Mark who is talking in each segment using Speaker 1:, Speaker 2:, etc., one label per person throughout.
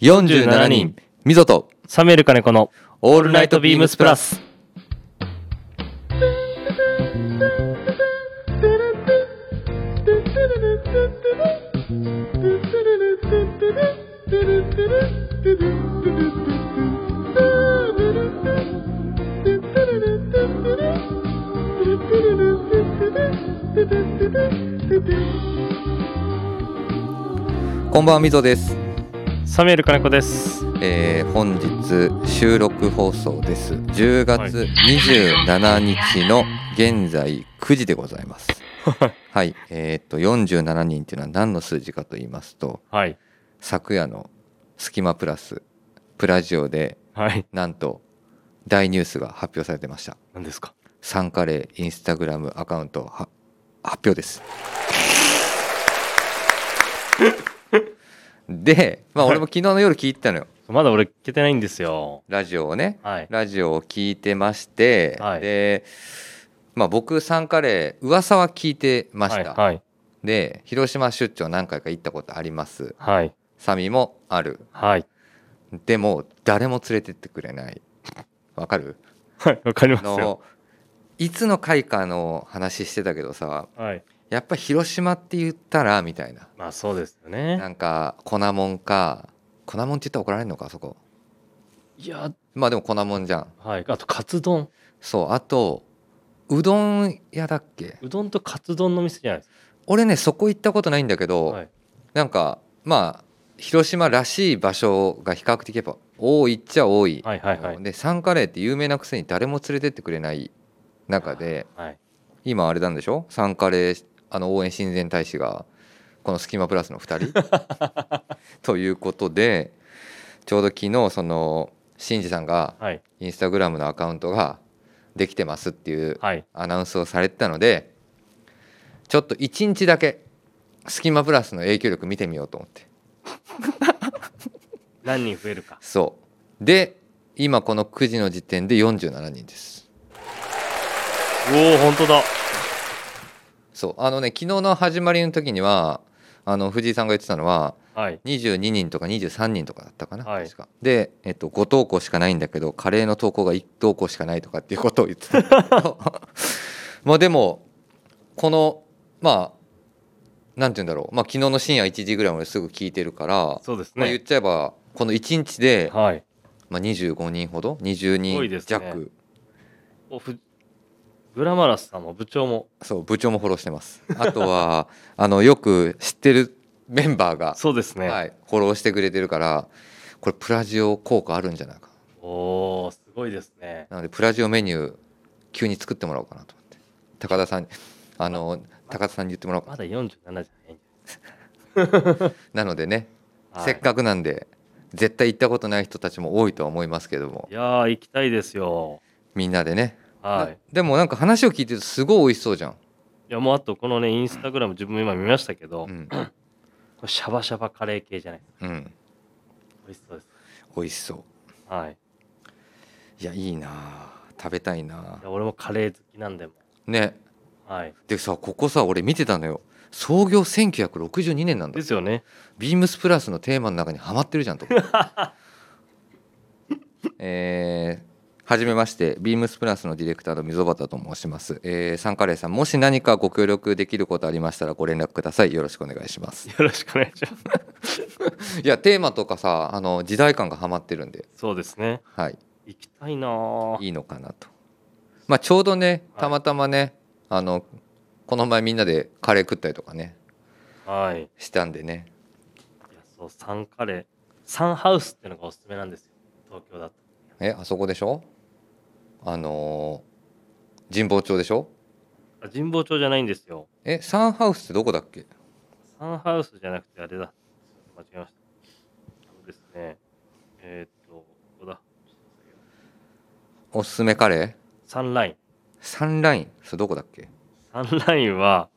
Speaker 1: 47人、みぞと、
Speaker 2: サメルカネコの
Speaker 1: オ
Speaker 2: オ
Speaker 1: ールナイトビームスプラス。。こんばんは、みぞです。
Speaker 2: サメルカネコです。
Speaker 1: えー本日収録放送です。10月27日の現在9時でございます。はい、えーっと、47人っていうのは何の数字かと言いますと、
Speaker 2: はい。
Speaker 1: 昨夜のスキマプラス、プラジオで、
Speaker 2: はい。
Speaker 1: なんと、大ニュースが発表されてました。
Speaker 2: 何ですか
Speaker 1: サンカレーインスタグラムアカウントは発表 です。で、まあ俺も昨日の夜聞いてたのよ。
Speaker 2: まだ俺聞けてないんですよ。
Speaker 1: ラジオをね。
Speaker 2: はい。
Speaker 1: ラジオを聞いてまして、
Speaker 2: はい
Speaker 1: で、まあ僕サンカレー噂は聞いてました。
Speaker 2: はい。
Speaker 1: で、広島出張何回か行ったことあります。
Speaker 2: はい。
Speaker 1: サミもある。
Speaker 2: はい。
Speaker 1: でも誰も連れてってくれない。わか る
Speaker 2: はい。わかりますよ。
Speaker 1: のいつの回かの話してたけどさ、
Speaker 2: はい。
Speaker 1: やっぱ広島って言ったらみたいな
Speaker 2: まあそうですよ
Speaker 1: な
Speaker 2: ね。
Speaker 1: んか粉もんか粉もんって言ったら怒られるのかあそこ
Speaker 2: いや、
Speaker 1: まあでも粉もんじゃん
Speaker 2: はい。あと、カツ丼。
Speaker 1: そうあとうどん屋だっけ
Speaker 2: うどんとカツ丼の店じゃないです
Speaker 1: 俺ねそこ行ったことないんだけ
Speaker 2: か。
Speaker 1: ど、
Speaker 2: はい。
Speaker 1: なんかまあ広島らしい場所が比較的やっぱ多いっちゃ多い、
Speaker 2: はいはいはい。
Speaker 1: でサンカレーって有名なくせに誰も連れてってくれない中で
Speaker 2: はい。
Speaker 1: 今あれなんでしょサンカレーあの応援親善大使がこの「スキマプラス」の2人ということでちょうど昨日そのシンジさんが
Speaker 2: はい。
Speaker 1: インスタグラムのアカウントができてますっていう
Speaker 2: はい。
Speaker 1: アナウンスをされてたのでちょっと1日だけ「スキマプラス」の影響力見てみようと思って
Speaker 2: 何人増えるか。
Speaker 1: そうで今この9時の時点で47人です
Speaker 2: おお、本当だ。
Speaker 1: そうあのね昨日の始まりの時にはあの藤井さんが言ってたのは
Speaker 2: はい。
Speaker 1: 22人とか23人とかだったかな、
Speaker 2: はい
Speaker 1: 確かで、えっと、5投稿しかないんだけどカレーの投稿が1投稿しかないとかっていうことを言ってたんだけ どまあでもこのまあなんて言うんだろう、まあ、昨日の深夜1時ぐらいまですぐ聞いてるから、
Speaker 2: そうです
Speaker 1: まあ、言っ
Speaker 2: ね。
Speaker 1: ちゃえばこの1日で、
Speaker 2: はい。
Speaker 1: まあ、25人ほど20
Speaker 2: 多いで
Speaker 1: 人
Speaker 2: すね
Speaker 1: 弱、
Speaker 2: おふグラマラスさんも部長も。
Speaker 1: そう部長もフォローしてますあとは あのよく知ってるメンバーが、
Speaker 2: そうですね。
Speaker 1: はい、フォローしてくれてるからこれプラジオ効果あるんじゃないか
Speaker 2: おお、すごいですね。
Speaker 1: なのでプラジオメニュー急に作ってもらおうかなと思って高田さんあの高田さんに言ってもらおうか
Speaker 2: まだ47じゃないん
Speaker 1: なのでね、
Speaker 2: はい
Speaker 1: せっかくなんで絶対行ったことない人たちも多いとは思いますけども
Speaker 2: いやー、行きたいですよ。
Speaker 1: みんなでね、
Speaker 2: は。
Speaker 1: ないでもなんか話を聞いてるとすごい美味しそうじゃん、
Speaker 2: いや、もうあと、このね、インスタグラム、自分も今見ましたけど、
Speaker 1: う
Speaker 2: こ
Speaker 1: ん
Speaker 2: れシャバシャバカレー系じゃない
Speaker 1: うん、
Speaker 2: 美味しそうです。
Speaker 1: 美味しそう
Speaker 2: はい。
Speaker 1: いやいいなあ食べたいない
Speaker 2: や俺もカレー好きなんでも
Speaker 1: あね
Speaker 2: う。はい。
Speaker 1: でさここさ俺見てたのよ創業1962年なんだ
Speaker 2: ですよね。
Speaker 1: ビームスプラスのテーマの中にはまってるじゃん と思ってえーはじめましてビームスプラスのディレクターの溝端と申します、えーサンカレーさんもし何かご協力できることありましたらご連絡くださいよろしくお願いし ます
Speaker 2: よろしくお願いします。
Speaker 1: いやテーマとかさあの時代感がはまってるんで、
Speaker 2: そうですね。
Speaker 1: はい、
Speaker 2: 行きたいなー
Speaker 1: いいのかなと、まあ、ちょうどね
Speaker 2: はい
Speaker 1: たまたまね、あのこの前みんなでカレー食ったりとかね
Speaker 2: はい。い
Speaker 1: したんでね
Speaker 2: や、そう、サンカレー。サンハウスっていうのがおすすめなんですよ。東京だと。
Speaker 1: えあそこでしょあのー神保町でしょ
Speaker 2: あ神保町じゃないんですよ。
Speaker 1: えサンハウスってどこだっけ
Speaker 2: サンハウスじゃなくてあれだ。間違えました。そうですね。えーっと、ここだ。
Speaker 1: おすすめカレー
Speaker 2: サンライン。
Speaker 1: サンラインそれどこだっけ
Speaker 2: サンラインは、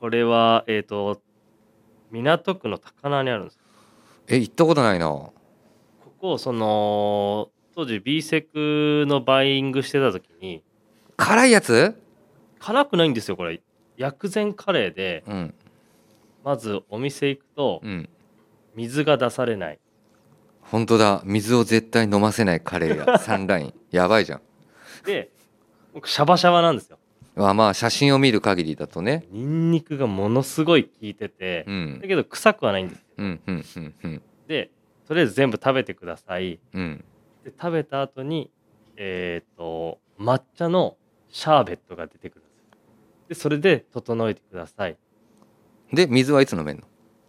Speaker 2: これは、えーっと、港区の高輪にあるんです。
Speaker 1: え行ったことないな
Speaker 2: ここ、その、当時 B セクのバイイングしてた時に、
Speaker 1: 辛いやつ
Speaker 2: 辛くないんですよ、これ。薬膳カレーで、
Speaker 1: うん
Speaker 2: まずお店行くと
Speaker 1: う、ん
Speaker 2: 水が出されない。
Speaker 1: 本当だ水を絶対飲ませないカレーやサンラインやばいじゃん
Speaker 2: で僕シャバシャバなんですよ
Speaker 1: まあまあ写真を見る限りだとね
Speaker 2: ニンニクがものすごい効いてて、
Speaker 1: うん
Speaker 2: だけど臭くはないんですよ
Speaker 1: うんうんうんうん
Speaker 2: でとりあえず全部食べてください
Speaker 1: うん
Speaker 2: で食べた後にえっ、と抹茶のシャーベットが出てくるんですよでそれで整えてください
Speaker 1: で水はいつ飲めんの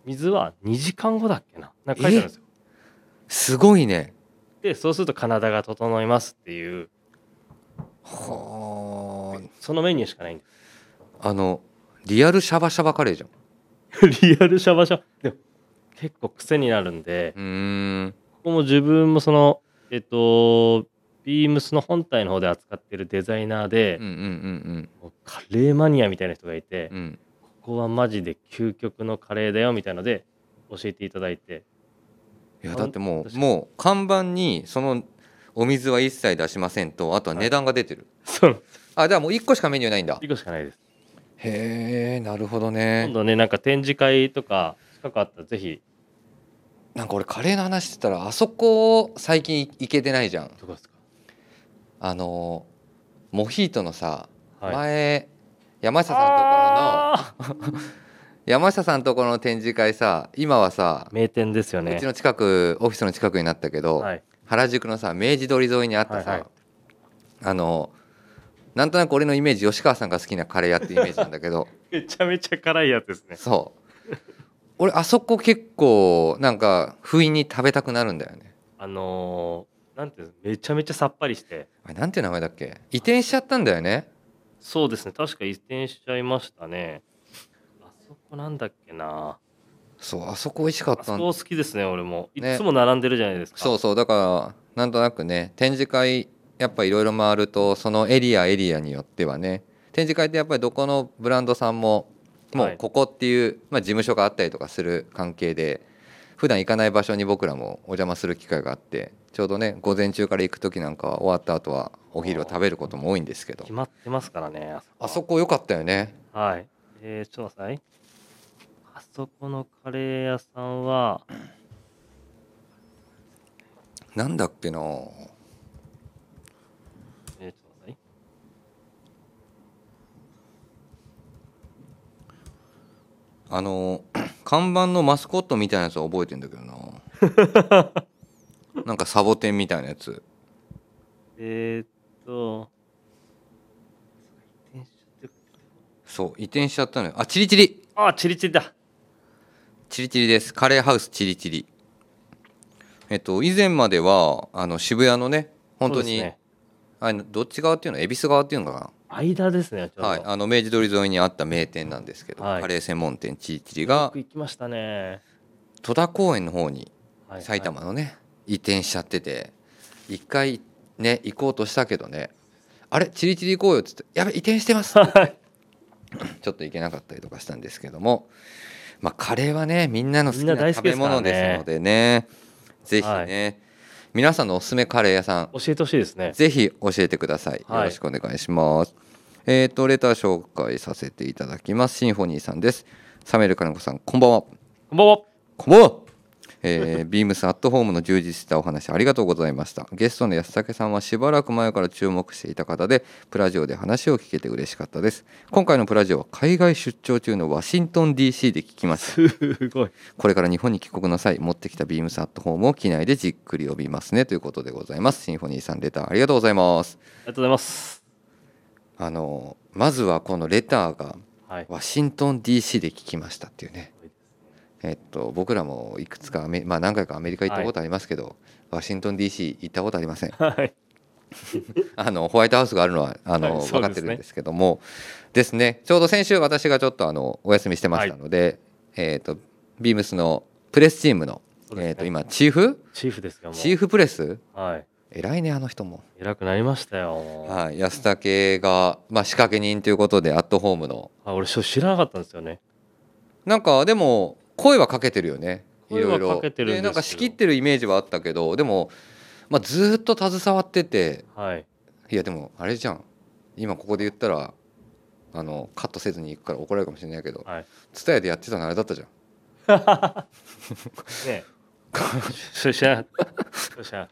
Speaker 2: 水は2時間後だっけななんか書いてあるんですよ
Speaker 1: すごいね
Speaker 2: でそうすると体が整いますっていう
Speaker 1: は
Speaker 2: そのメニューしかないんです
Speaker 1: ああのリアルシャバシャバカレーじゃん
Speaker 2: リアルシャバシャバでも結構癖になるんで
Speaker 1: うーん
Speaker 2: ここも自分もそのえっとビームスの本体の方で扱ってるデザイナーで
Speaker 1: うんう、んうん
Speaker 2: もうカレーマニアみたいな人がいて、
Speaker 1: うんうん
Speaker 2: ここはマジで究極のカレーだよみたいので教えていただいて
Speaker 1: いや
Speaker 2: あ
Speaker 1: だっても
Speaker 2: 確
Speaker 1: う
Speaker 2: かに
Speaker 1: もう看板にそのお水は一切出しませんとあとは値段が出てる、
Speaker 2: その
Speaker 1: あじゃあもう1個しかメニューないんだ
Speaker 2: 1個しかないです
Speaker 1: へえなるほど
Speaker 2: 今
Speaker 1: ね
Speaker 2: 度ねなんか展示会とか近くあったらぜひ
Speaker 1: なんか俺カレーの話してたらあそこ最近行けてないじゃん
Speaker 2: どこですか
Speaker 1: あのモヒートのさ、
Speaker 2: はい
Speaker 1: 前山下さんところの
Speaker 2: あー
Speaker 1: 山下さんところの展示会さ今はさ、
Speaker 2: 名店ですよね
Speaker 1: うちの近くオフィスの近くになったけど、
Speaker 2: はい
Speaker 1: 原宿のさ明治通り沿いにあったさ、
Speaker 2: はいはい
Speaker 1: あのなんとなく俺のイメージ吉川さんが好きなカレー屋っていうイメージなんだけ ど
Speaker 2: めちゃめちゃ辛いやつですね
Speaker 1: そう俺あそこ結構なんか不意に食べたくなるんだよね
Speaker 2: あのー、なんていうんですめちゃめちゃさっぱりして
Speaker 1: あれなんていう名前だっけ移転しちゃったんだよね
Speaker 2: そうですね確か移転しちゃいましたねあそこなんだっけな
Speaker 1: そうあそこ美味しかっ
Speaker 2: あ
Speaker 1: た
Speaker 2: そ
Speaker 1: ん
Speaker 2: こ好きですね俺もい
Speaker 1: ね
Speaker 2: つも並んでるじゃないですか、
Speaker 1: そうそうだからなんとなくね展示会やっぱいろいろ回るとそのエリアエリアによってはね展示会ってやっぱりどこのブランドさんもも
Speaker 2: は
Speaker 1: う
Speaker 2: い
Speaker 1: ここっていう、まあ、事務所があったりとかする関係で普段行かない場所に僕らもお邪魔する機会があってちょうどね午前中から行く時なんかは終わった後はお昼を食べることも多いんですけど
Speaker 2: 決まってますからねあそこは
Speaker 1: あそこ良かったよね
Speaker 2: はい。えー、ちょっと待ってください。あそこのカレー屋さんは、
Speaker 1: なんだっけな
Speaker 2: えー、ちょっと待ってください。
Speaker 1: あの 看板のマスコットみたいなやつは覚えてんだけどな なんかサボテンみたいなやつ
Speaker 2: えー、っと、移転しちゃって
Speaker 1: そう移転しちゃったのよあチリチリ
Speaker 2: あ、チリチリだ。
Speaker 1: チリチリですカレーハウスチリチリえっと以前まではあの渋谷のね本当
Speaker 2: そうで
Speaker 1: に、
Speaker 2: すね、
Speaker 1: あのどっち側っていうの恵比寿側っていうのか
Speaker 2: 間ですね、ちょう
Speaker 1: な、
Speaker 2: ど。
Speaker 1: はい、あの明治通り沿いにあった名店なんですけど、
Speaker 2: はい
Speaker 1: カレー専門店チリチリが
Speaker 2: 僕行きましたね。
Speaker 1: 戸田公園の方に
Speaker 2: はい
Speaker 1: 埼 玉のね移転しちゃってて一回ね行こうとしたけどねあれチリチリ行こうよっつってやべ移転してますって言ってちょっと行けなかったりとかしたんですけどもまあカレーはねみんなの好き
Speaker 2: みんな
Speaker 1: な
Speaker 2: 大好
Speaker 1: 食
Speaker 2: きで
Speaker 1: べ
Speaker 2: すからね
Speaker 1: 物ですのでねぜひね、皆さんのおすすめカレー屋さん
Speaker 2: 教えてほしいですね。
Speaker 1: ぜひ教えてください。
Speaker 2: はい
Speaker 1: よろしくお願いします。えっ、とレター紹介させていただきます。シンフォニーさんです。サメルカネコさんこんばんは。
Speaker 2: こんばんは。
Speaker 1: こんばんは。えー ビームスアットホームの充実したお話ありがとうございましたゲストの安武さんはしばらく前から注目していた方でプラジオで話を聞けて嬉しかったです今回のプラジオは海外出張中のワシントン DC で聞きました
Speaker 2: すごい。
Speaker 1: これから日本に帰国の際持ってきたビームスアットホームを機内でじっくり読みますねということでございますシンフォニーさんレターありがとうございます
Speaker 2: ありがとうございます。
Speaker 1: あのまずはこのレターが
Speaker 2: はい。
Speaker 1: ワシントン DC で聞きましたっていうね
Speaker 2: すごいです
Speaker 1: えっと、僕らもいくつかアメ、まあ、何回かアメリカ行ったことありますけど、ワシントン DC 行ったことありません
Speaker 2: はい。
Speaker 1: あのホワイトハウスがあるのはあの、
Speaker 2: はいそ
Speaker 1: 分
Speaker 2: う
Speaker 1: かっ
Speaker 2: ですね
Speaker 1: てるんですけどもですねちょうど先週私がちょっとあのお休みしてましたので、えっとビームスのプレスチームの、
Speaker 2: そうですね
Speaker 1: えっと今チーフ
Speaker 2: チーフですよ、もう。
Speaker 1: チーフプレス
Speaker 2: はい。
Speaker 1: 偉いねあの人も、
Speaker 2: 偉くなりましたよ。もう
Speaker 1: はい、安武が、まあ、仕掛け人ということでアットホームの
Speaker 2: あ、俺、そう知らなかったんですよね。
Speaker 1: なんかでも声はかけてるよねい
Speaker 2: 声
Speaker 1: ろ
Speaker 2: はい
Speaker 1: ろ
Speaker 2: かけてるんですよ
Speaker 1: なんか仕切ってるイメージはあったけどでも、まあ、ずーっと携わってて
Speaker 2: はい。
Speaker 1: いやでもあれじゃん今ここで言ったらあのカットせずに行くから怒られるかもしれないけど
Speaker 2: はい。
Speaker 1: 蔦屋でやってたのあれだったじゃん
Speaker 2: ねそれ知らなかったそれ知らなか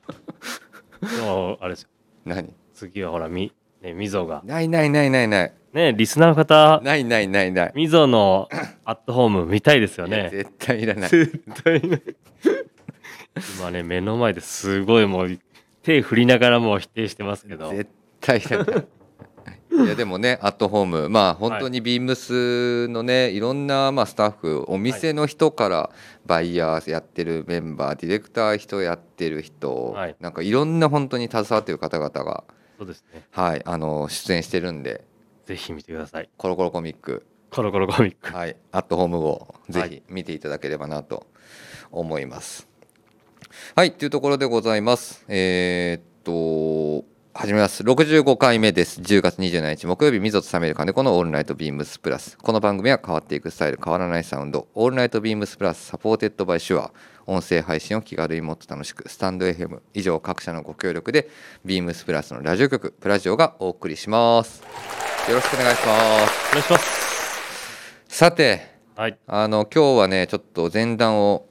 Speaker 2: ったでもあれですよ
Speaker 1: 何
Speaker 2: 次はほらみ、ね、みぞが
Speaker 1: ないないないないない
Speaker 2: ねリスナーの方
Speaker 1: ないないないない
Speaker 2: みぞのアットホーム見たいですよ
Speaker 1: いや
Speaker 2: ね
Speaker 1: 絶対いらない
Speaker 2: 絶対ね今ね目の前ですごいもう手振りながらもう否定してますけど
Speaker 1: 絶対いらない いやでもねアットホームまあ本当にビームスのねいろんなまあスタッフお店の人からバイヤーやってるメンバーディレクター人やってる人、
Speaker 2: はい
Speaker 1: なんかいろんな本当に携わってる方々が
Speaker 2: そうですね
Speaker 1: はいあの出演してるんで
Speaker 2: ぜひ見てください
Speaker 1: コロコロコミック
Speaker 2: コロコロコミック
Speaker 1: はいアットホームをぜ
Speaker 2: は
Speaker 1: ひ見ていただければなと思いますはいというところでございますえーっと始めます65回目です10月27日木曜日水と冷める金子のオールナイトビームスプラスこの番組は変わっていくスタイル変わらないサウンドオールナイトビームスプラスサポーテッドバイシュア音声配信を気軽にもっと楽しくスタンド FM 以上各社のご協力でビームスプラスのラジオ局プラジオがお送りしますよろしくお願いします
Speaker 2: お願いします
Speaker 1: さて
Speaker 2: はい
Speaker 1: あの今日はねちょっと前段を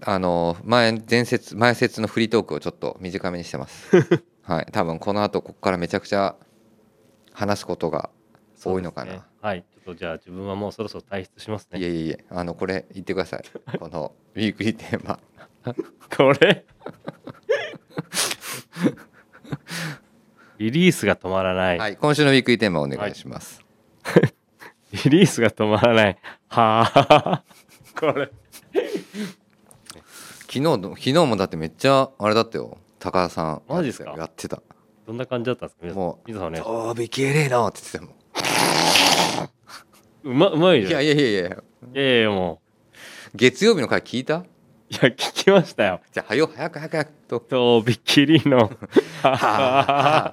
Speaker 1: あの前前節前節のフリートークをちょっと短めにしてます はい多分この後ここからめちゃくちゃ話すことが多いのかな、
Speaker 2: そうですねはいちょっとじゃあ自分はもうそろそろ退出します
Speaker 1: い
Speaker 2: ね
Speaker 1: えいえいえあのこれ言ってくださ いこのウィークリーテーマ
Speaker 2: これリリースが止まらない、
Speaker 1: はい今週のウィークリーテーマお願いします、
Speaker 2: リリースが止まらないはあこれ
Speaker 1: 昨日の昨日もだってめっちゃあれだったよ高田さん
Speaker 2: マジですか
Speaker 1: やってた
Speaker 2: どんな感じだったんですか皆さん
Speaker 1: もう
Speaker 2: 皆さん
Speaker 1: 「
Speaker 2: ね
Speaker 1: おーびきれいな」って言ってたもん
Speaker 2: うまうまい
Speaker 1: い
Speaker 2: じゃ
Speaker 1: や
Speaker 2: んい
Speaker 1: いやいやいや
Speaker 2: やいやいやも
Speaker 1: 月曜日の回聞いた
Speaker 2: ういや聞きましたよ
Speaker 1: じゃあはよ早く早く早くと
Speaker 2: とびっきりのちょ
Speaker 1: は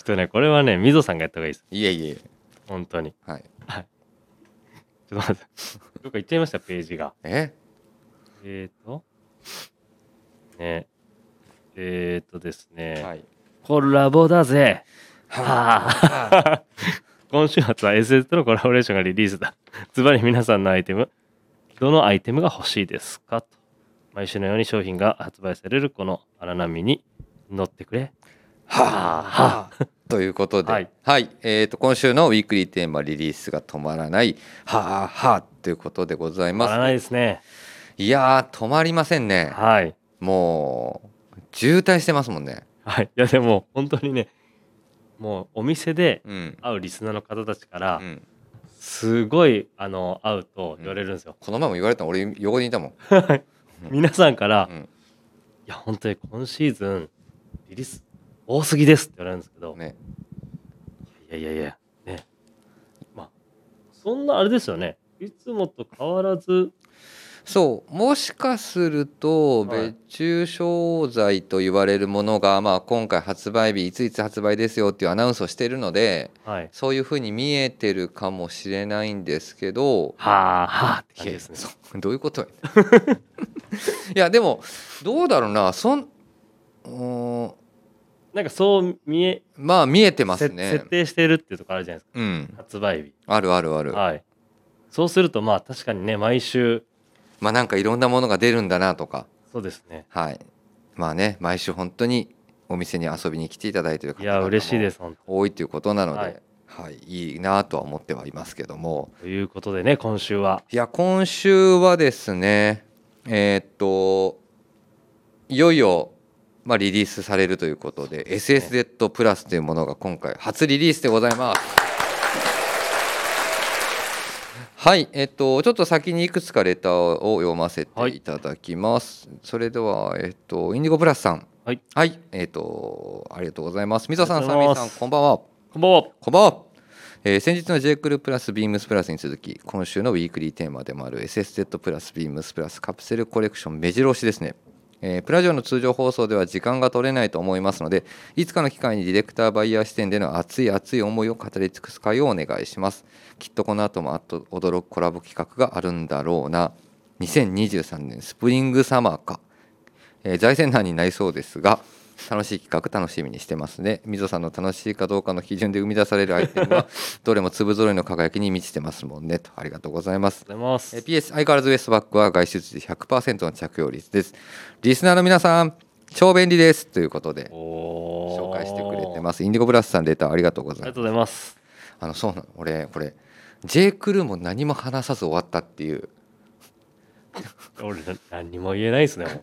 Speaker 2: っとねこれはねみぞさんがやった方がいいです
Speaker 1: いえいえいえ
Speaker 2: 本当に
Speaker 1: はい
Speaker 2: ちょっと待ってどっか行っちゃいましたページが
Speaker 1: え
Speaker 2: えーとねえーとですね、
Speaker 1: はい。
Speaker 2: コラボだぜは
Speaker 1: は
Speaker 2: あ今週末は SS とのコラボレーションがリリースだズバリ皆さんのアイテムどのアイテムが欲しいですかと毎週のように商品が発売されるこの荒波に乗ってくれ
Speaker 1: あ
Speaker 2: は
Speaker 1: ということで、
Speaker 2: は
Speaker 1: はいい、えっ、と今週のウィークリーテーマリリースが止まらない、はあはあということでござい
Speaker 2: 乗ら
Speaker 1: ま
Speaker 2: ない
Speaker 1: す。
Speaker 2: ですね
Speaker 1: いやー止まりませんね。
Speaker 2: はい
Speaker 1: もう渋滞してますもんね。
Speaker 2: はいいやでも本当にねもうお店で
Speaker 1: うん。
Speaker 2: 会うリスナーの方たちから
Speaker 1: うん
Speaker 2: すごいあの会うと言われるんですよ、
Speaker 1: この前も言われたの俺横にいたもん。うん
Speaker 2: 皆さんから、
Speaker 1: う
Speaker 2: い
Speaker 1: ん
Speaker 2: や本当に今シーズンリリース多すぎですって言われるんですけど、
Speaker 1: ね。
Speaker 2: いやいやいやねまあそんなあれですよねいつもと変わらず
Speaker 1: そうもしかすると
Speaker 2: はい
Speaker 1: 別注商材と言われるものが、まあ、今回発売日いついつ発売ですよっていうアナウンスをしているので
Speaker 2: はい
Speaker 1: そういうふうに見えてるかもしれないんですけど
Speaker 2: はあはあって感じですね
Speaker 1: そうどういうことや いやでもどうだろうなそんうーん
Speaker 2: なんかそう見え
Speaker 1: まあ見えてます
Speaker 2: せ
Speaker 1: ね
Speaker 2: 設定してるっていうところあるじゃないです
Speaker 1: うん
Speaker 2: か発売日
Speaker 1: あるあるある、
Speaker 2: はいそうするとまあ確かにね毎週
Speaker 1: まあなんかいろんなものが出るんだなとか
Speaker 2: そうですね
Speaker 1: はいまあね毎週本当にお店に遊びに来ていただいてる方
Speaker 2: いや
Speaker 1: 々も
Speaker 2: 嬉しいです本当
Speaker 1: 多いということなので、
Speaker 2: は
Speaker 1: はいいい、いなとは思ってはいますけども
Speaker 2: ということでね今週はい
Speaker 1: や今週はですねえーっといよいよ、まあ、リリースされるということで SSZ プラスというものが今回初リリースでございます。はい、えっと、ちょっと先にいくつかレターを読ませていただきます。それでは、えっと、インディゴプラスさん。
Speaker 2: はい、
Speaker 1: えっと、ありがとうございます。水田さ
Speaker 2: あ
Speaker 1: ん、
Speaker 2: り
Speaker 1: サ
Speaker 2: がとう
Speaker 1: ミ
Speaker 2: ご
Speaker 1: ーさ
Speaker 2: ざいま
Speaker 1: ん、
Speaker 2: す
Speaker 1: こんばんは。
Speaker 2: こんばんは
Speaker 1: こんばんは、えー先日の J クルプラスビームスプラスに続き今週のウィークリーテーマでもある SSZ プラスビームスプラスカプセルコレクション目白押しですね、えープラジオの通常放送では時間が取れないと思いますのでいつかの機会にディレクターバイヤー視点での熱い熱い思いを語り尽くす会をお願いしますきっとこの後もあっと驚くコラボ企画があるんだろうな2023年スプリングサマーかえー財政難になりそうですが楽しい企画楽しみにしてますねみぞさんの楽しいかどうかの基準で生み出されるアイテムはどれも粒揃いの輝きに満ちてますもんねとありがとうございます
Speaker 2: ございます
Speaker 1: えー PS 相変わらずウエストバッグは外出時100%の着用率ですリスナーの皆さん超便利ですということで
Speaker 2: 紹
Speaker 1: 紹介してくれてますすインディゴブラスさんレターありがとうご
Speaker 2: あり
Speaker 1: ざい
Speaker 2: が
Speaker 1: ます
Speaker 2: とうございます
Speaker 1: あのそうなの俺これ J. クルーも何も話さず終わったっていう
Speaker 2: 俺な何にも言えない ですねもう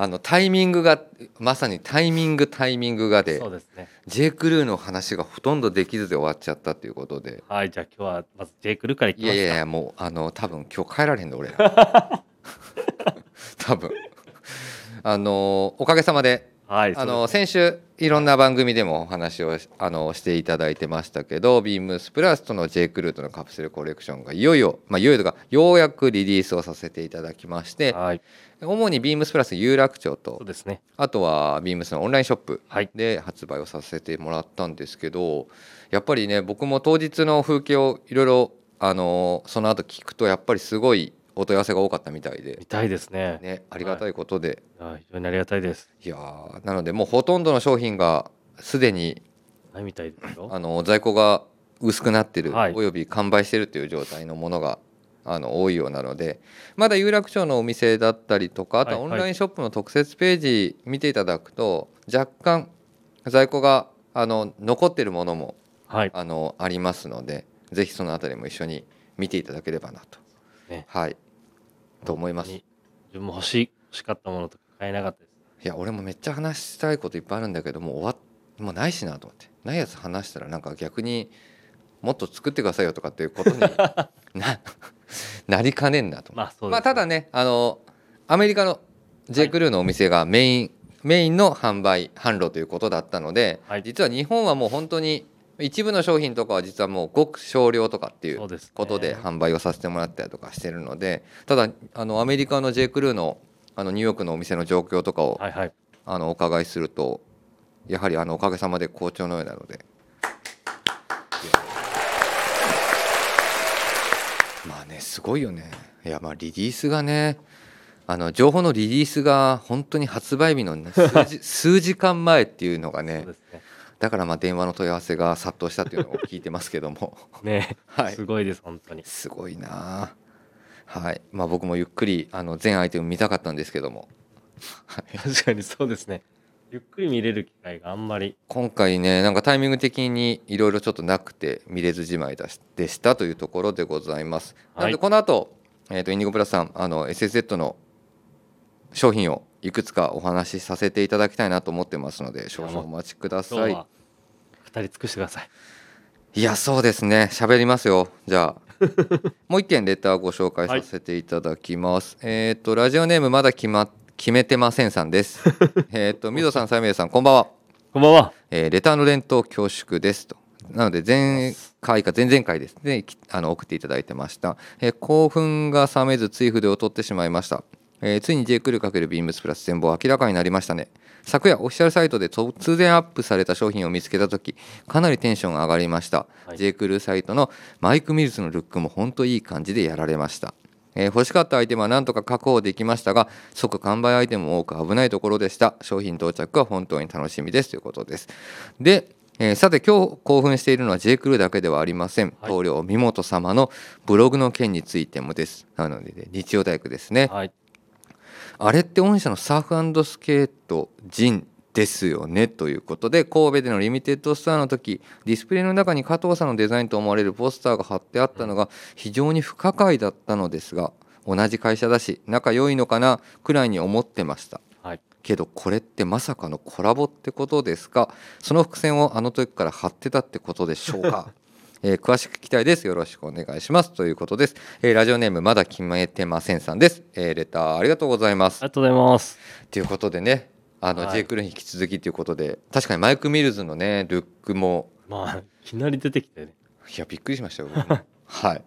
Speaker 1: あのタイミングがまさにタイミングタイミングがで
Speaker 2: そうですね
Speaker 1: J. クルーの話がほとんどできずで終わっちゃったということで
Speaker 2: はいじゃあ今日はまずジェイクルからい
Speaker 1: い
Speaker 2: きま
Speaker 1: や
Speaker 2: す
Speaker 1: い
Speaker 2: か
Speaker 1: やいやもうあの多分今日帰られへんの俺 多分あのおかげさまで
Speaker 2: はい
Speaker 1: あ
Speaker 2: そう
Speaker 1: の
Speaker 2: で
Speaker 1: 先週いろんな番組でもお話をしあのしていただいてましたけどビームスプラスとの J. クルーとのカプセルコレクションがいよいよ、まあ、いよいよというかようやくリリースをさせていただきまし
Speaker 2: す
Speaker 1: て
Speaker 2: はい
Speaker 1: 主にビームスプラス有楽町と
Speaker 2: そうですね
Speaker 1: あとはビームスのオンラインショップ
Speaker 2: はい
Speaker 1: で発売をさせてもらったんですけどやっぱりね僕も当日の風景をいろいろあのその後聞くとやっぱりすごいお問い合わせが多かったみたいで
Speaker 2: 見、たいですね
Speaker 1: ね、ありがたいことで、
Speaker 2: あ非常にありがたいです
Speaker 1: い、やーなのでもうほとんどの商品がすでに
Speaker 2: ないみたいですよ
Speaker 1: あの在庫が薄くなってる、
Speaker 2: はい
Speaker 1: および完売してるという状態のものがあの多いようなのでまだ有楽町のお店だったりとかあとは
Speaker 2: は
Speaker 1: オ
Speaker 2: い
Speaker 1: ン
Speaker 2: はい
Speaker 1: ラインショップの特設ページ見ていただくと若干在庫があの残ってるものも
Speaker 2: はい
Speaker 1: あのありますのでぜひそのあたりも一緒に見ていただければなと、
Speaker 2: ね
Speaker 1: はいと思います
Speaker 2: 自分も欲しい欲しかったものとか買えなかったです
Speaker 1: いや俺もめっちゃ話したいこといっぱいあるんだけどもう終わっもうないしなと思ってないやつ話したらなんか逆にもっと作ってくださいよとかっていうこと にななりかねんなと思って、
Speaker 2: まあそうですね
Speaker 1: まあ、ただねあのアメリカの J. クルーのお店がメイン、メインの販売販路ということだったので、
Speaker 2: はい
Speaker 1: 実は日本はもう本当に一部の商品とかは実はもうごく少量とかっていう
Speaker 2: そうですね
Speaker 1: ことで販売をさせてもらったりとかしてるのでただあのアメリカの J. クルーのあのニューヨークのお店の状況とかを
Speaker 2: はいはい
Speaker 1: あのお伺いするとやはりあのおかげさまで好調のようなのでまあねすごいよねいやまあリリースがねあの情報のリリースが本当に発売日のね数 時数時間前っていうのが
Speaker 2: そう
Speaker 1: ね
Speaker 2: ですね
Speaker 1: だからまあ電話の問い合わせが殺到したっていうのを聞いてますけども
Speaker 2: ね
Speaker 1: はい
Speaker 2: すごいです本当に
Speaker 1: すごいなあはいまあ僕もゆっくりあの全アイテム見たかったんですけども
Speaker 2: 確かにそうですねゆっくり見れる機会があんまり
Speaker 1: 今回ねなんかタイミング的にいろいろちょっとなくて見れずじまいだしでしたというところでございます、
Speaker 2: は
Speaker 1: な
Speaker 2: い
Speaker 1: のでこの後、えー、とインディゴプラスさんあの SSZ の商品をいくつかお話しさせていただきたいなと思ってますので少々お待ちくだ
Speaker 2: 今
Speaker 1: さ
Speaker 2: 日
Speaker 1: い
Speaker 2: は語り尽くしてください
Speaker 1: いやそうですね喋りますよじゃ あもう一件レターご紹介させていただきます、えっ、とラジオネームまだ決ま決めてませんさんです えっとみどさんさやめさんこんばんは
Speaker 2: こんばんは
Speaker 1: えーレターの連投恐縮ですと。なので前回か前々回ですねきあの送っていただいてました、えー興奮が冷めず追風で劣ってしまいました、えーついに J. クルー×ビームスプラス全貌明らかになりましたね昨夜オフィシャルサイトで突然アップされた商品を見つけた時かなりテンションが上がりました、
Speaker 2: はい
Speaker 1: J. クルーサイトのマイク・ミルズのルックも本当いい感じでやられましたえー欲しかったアイテムはなんとか確保できましたが即完売アイテムも多く危ないところでした商品到着は本当に楽しみですということですで、えーさて今日興奮しているのは J. クルーだけではありません、
Speaker 2: はい
Speaker 1: 棟梁三本様のブログの件についてもですなので、ね日曜大工ですね
Speaker 2: はい
Speaker 1: あれって御社のサーフスケートジンですよねということで神戸でのリミテッドストアの時ディスプレイの中に加藤さんのデザインと思われるポスターが貼ってあったのが非常に不可解だったのですが同じ会社だし仲良いのかなくらいに思ってました
Speaker 2: はい
Speaker 1: けどこれってまさかのコラボってことですかその伏線をあの時から張ってたってことでしょう かえー詳しく聞きたいですよろしくお願いしますということです、えーラジオネームまだ決めてませんさんです、えーレターありがとうございま
Speaker 2: あり
Speaker 1: す
Speaker 2: がとうございます
Speaker 1: ということでねあの
Speaker 2: はい
Speaker 1: J. クルーに引き続きということで確かにマイク・ミルズのねルックも
Speaker 2: まあいきなり出てきてね
Speaker 1: いやびっくりしましたよ僕 もはい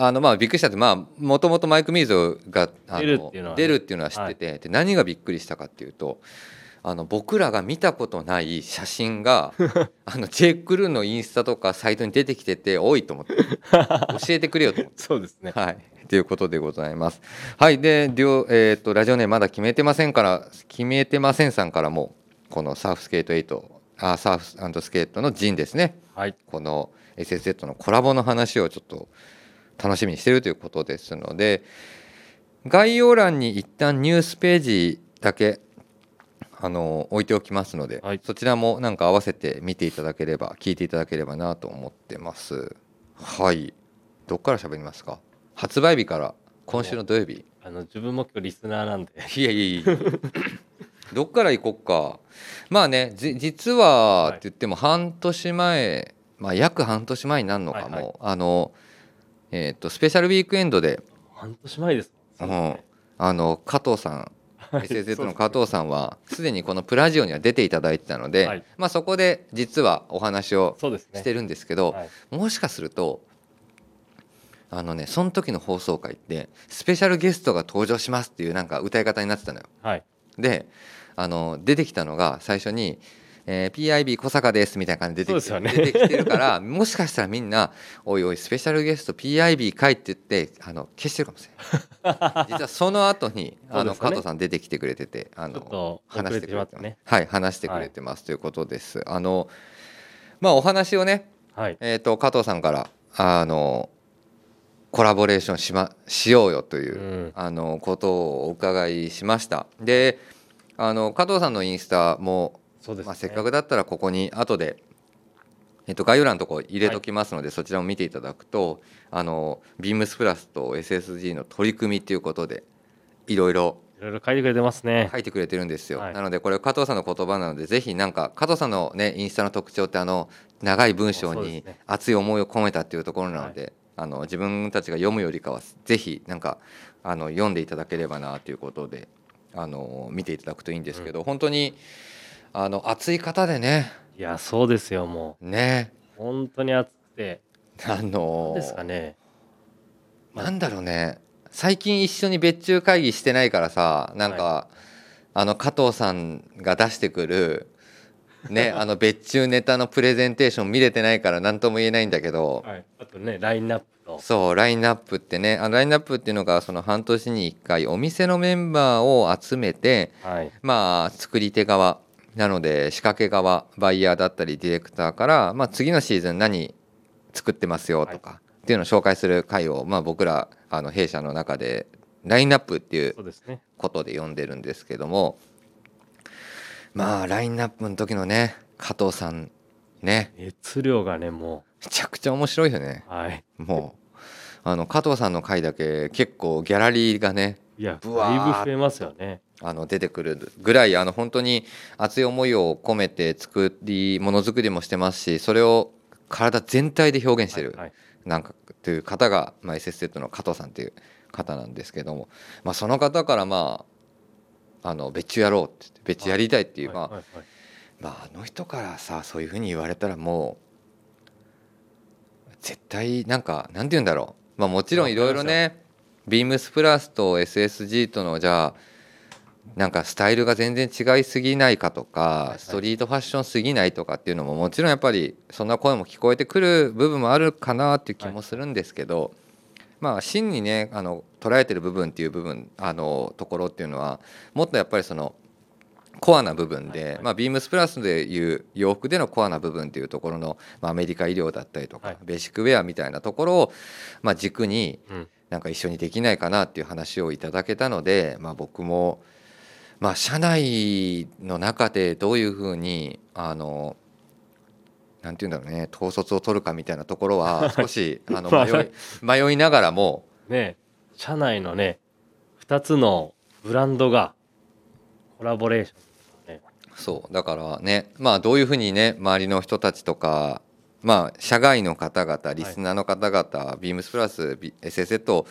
Speaker 1: あのまあびっくりしたってまあもともとマイク・ミルズがあの
Speaker 2: 出るっていうのはね
Speaker 1: 出るっていうのは知ってて、で何がびっくりしたかっていうとあの僕らが見たことない写真 があのジェイクルーのインスタとかサイトに出てきてて多いと思って 教えてくれよと思って。
Speaker 2: そうですね。
Speaker 1: はい。ということでございます。はい。で、デュオえーっと、ラジオネームまだ決めてませんから、決めてませんさんからも、このサーフスケート8、あサーフスケートのジンですね。
Speaker 2: はい。
Speaker 1: この SSZ のコラボの話をちょっと楽しみにしてるということですので概要欄に一旦ニュースページだけあの置いておきますので、
Speaker 2: はい
Speaker 1: そちらもなんか合わせて見ていただければ聞いていただければなと思ってますはいどっから喋りますか発売日から今週の土曜日
Speaker 2: あの、自分も今日リスナーなんで。
Speaker 1: いやいやいやどっから行こっかまあねじ実は
Speaker 2: はい
Speaker 1: って言っても半年前、まあ、約半年前になるのかも、
Speaker 2: はいはい
Speaker 1: あの、えっとスペシャルウィークエンドで
Speaker 2: 半年前ですもん。
Speaker 1: うんあの加藤さん SSZ の加藤さんはすでにこのプラジオには出ていただいてたので、
Speaker 2: はい
Speaker 1: まあ、そこで実はお話を
Speaker 2: そうですね。
Speaker 1: してるんですけど、
Speaker 2: はい
Speaker 1: もしかするとあのねその時の放送回ってスペシャルゲストが登場しますっていうなんか歌い方になってたのよ。
Speaker 2: はい。
Speaker 1: であの出てきたのが最初に、えー PIB 小坂ですみたいな感じで出てきて,、
Speaker 2: そうですよ
Speaker 1: 出
Speaker 2: ね
Speaker 1: てきてるからもしかしたらみんな「おいおいスペシャルゲスト PIB かい」って言ってあの消してるかもしれ ない実はその後にあ
Speaker 2: そう
Speaker 1: の
Speaker 2: ですよ
Speaker 1: 加
Speaker 2: ね
Speaker 1: 藤さん出てきてくれててあ
Speaker 2: ちょっ
Speaker 1: の
Speaker 2: と
Speaker 1: 話してくれてま
Speaker 2: 遅れてしますったね
Speaker 1: はい話してくれてます、ということですあのまあお話をね
Speaker 2: はい。
Speaker 1: えー、と加藤さんからあのコラボレーションし,、ま、しようよという、
Speaker 2: うん
Speaker 1: あのことをお伺いしましたであの加藤さんのインスタも、
Speaker 2: そうですね。
Speaker 1: まあ、せっかくだったらここに後で、えっと概要欄のとこ入れときますので、そちらも見ていただくとあのビームスプラスと SSG の取り組みということでいろいろ
Speaker 2: いろいろ書いてくれてますね。
Speaker 1: 書いてくれてるんですよ、
Speaker 2: はい
Speaker 1: なのでこれ加藤さんの言葉なのでぜひなんか加藤さんのねインスタの特徴ってあの長い文章
Speaker 2: そうで
Speaker 1: に
Speaker 2: すね
Speaker 1: 熱い思いを込めたっていうところなので、あの自分たちが読むよりかはぜひなんかあの読んでいただければなということであの見ていただくといいんですけど、本当にあの熱い方でね
Speaker 2: いや、そうですよ、も
Speaker 1: ね
Speaker 2: う。本当に暑くて。
Speaker 1: あ
Speaker 2: ど
Speaker 1: の
Speaker 2: うですかね。
Speaker 1: なんだろうね最近一緒に別注会議してないからさなんか、あの加藤さんが出してくる、 ね、あの別注ネタのプレゼンテーション見れてないから何とも言えないんだけど、
Speaker 2: はい。あとね、ラインナップと。
Speaker 1: そうラインナップってねあラインナップっていうのがその半年に1回お店のメンバーを集めて
Speaker 2: はい。
Speaker 1: まあ作り手側なので仕掛け側バイヤーだったりディレクターから、まあ、次のシーズン何作ってますよとか、っていうのを紹介する会を、まあ、僕らあの弊社の中でラインナップっていう
Speaker 2: そうですね。
Speaker 1: ことで呼んでるんですけどもまあラインナップの時のね加藤さんね
Speaker 2: 熱量がね、も
Speaker 1: めちゃくちゃ面白いよね
Speaker 2: う。はい。
Speaker 1: もうあの加藤さんの回だけ結構ギャラリーがね
Speaker 2: いや、
Speaker 1: ぶわーっと
Speaker 2: だいぶ増えますよね。
Speaker 1: あの出てくるぐらいあの本当に熱い思いを込めて作りものづくりもしてますしそれを体全体で表現してる、
Speaker 2: はい。
Speaker 1: なんかという方が、まあ、SSZ の加藤さんという方なんですけども、まあ、その方からまああの別注やろうって言って別注やりたいっていう、まあ
Speaker 2: はいはい
Speaker 1: まあ、あの人からさそういうふうに言われたらもう絶対なんかなんて言うんだろう、まあ、もちろんいろいろねビームスプラスと SSG とのじゃあなんかスタイルが全然違いすぎないかと
Speaker 2: い
Speaker 1: か
Speaker 2: はい
Speaker 1: ストリートファッションすぎないとかっていうのももちろんやっぱりそんな声も聞こえてくる部分もあるかなっていう気もするんですけどまあ真にねあの捉えてる部分っていう部分あのところっていうのはもっとやっぱりそのコアな部分で、
Speaker 2: はいはい
Speaker 1: まあ、ビームスプラスでいう洋服でのコアな部分っていうところの、まあ、アメリカ医療だったりとか、
Speaker 2: はい
Speaker 1: ベーシックウェアみたいなところを、まあ、軸に
Speaker 2: うん。
Speaker 1: なんか一緒にできないかなっていう話をいただけたので、まあ、僕も、まあ、社内の中でどういうふうにあのなんて言うんだろうね統率を取るかみたいなところは少しあの
Speaker 2: まあ
Speaker 1: 迷い迷いながらも
Speaker 2: ね、社内のね、二つのブランドがコラボレーションとかね。
Speaker 1: そうだからねまあどういうふうにね周りの人たちとかまあ社外の方々リスナーの方々、ビームスプラス B- SSZ を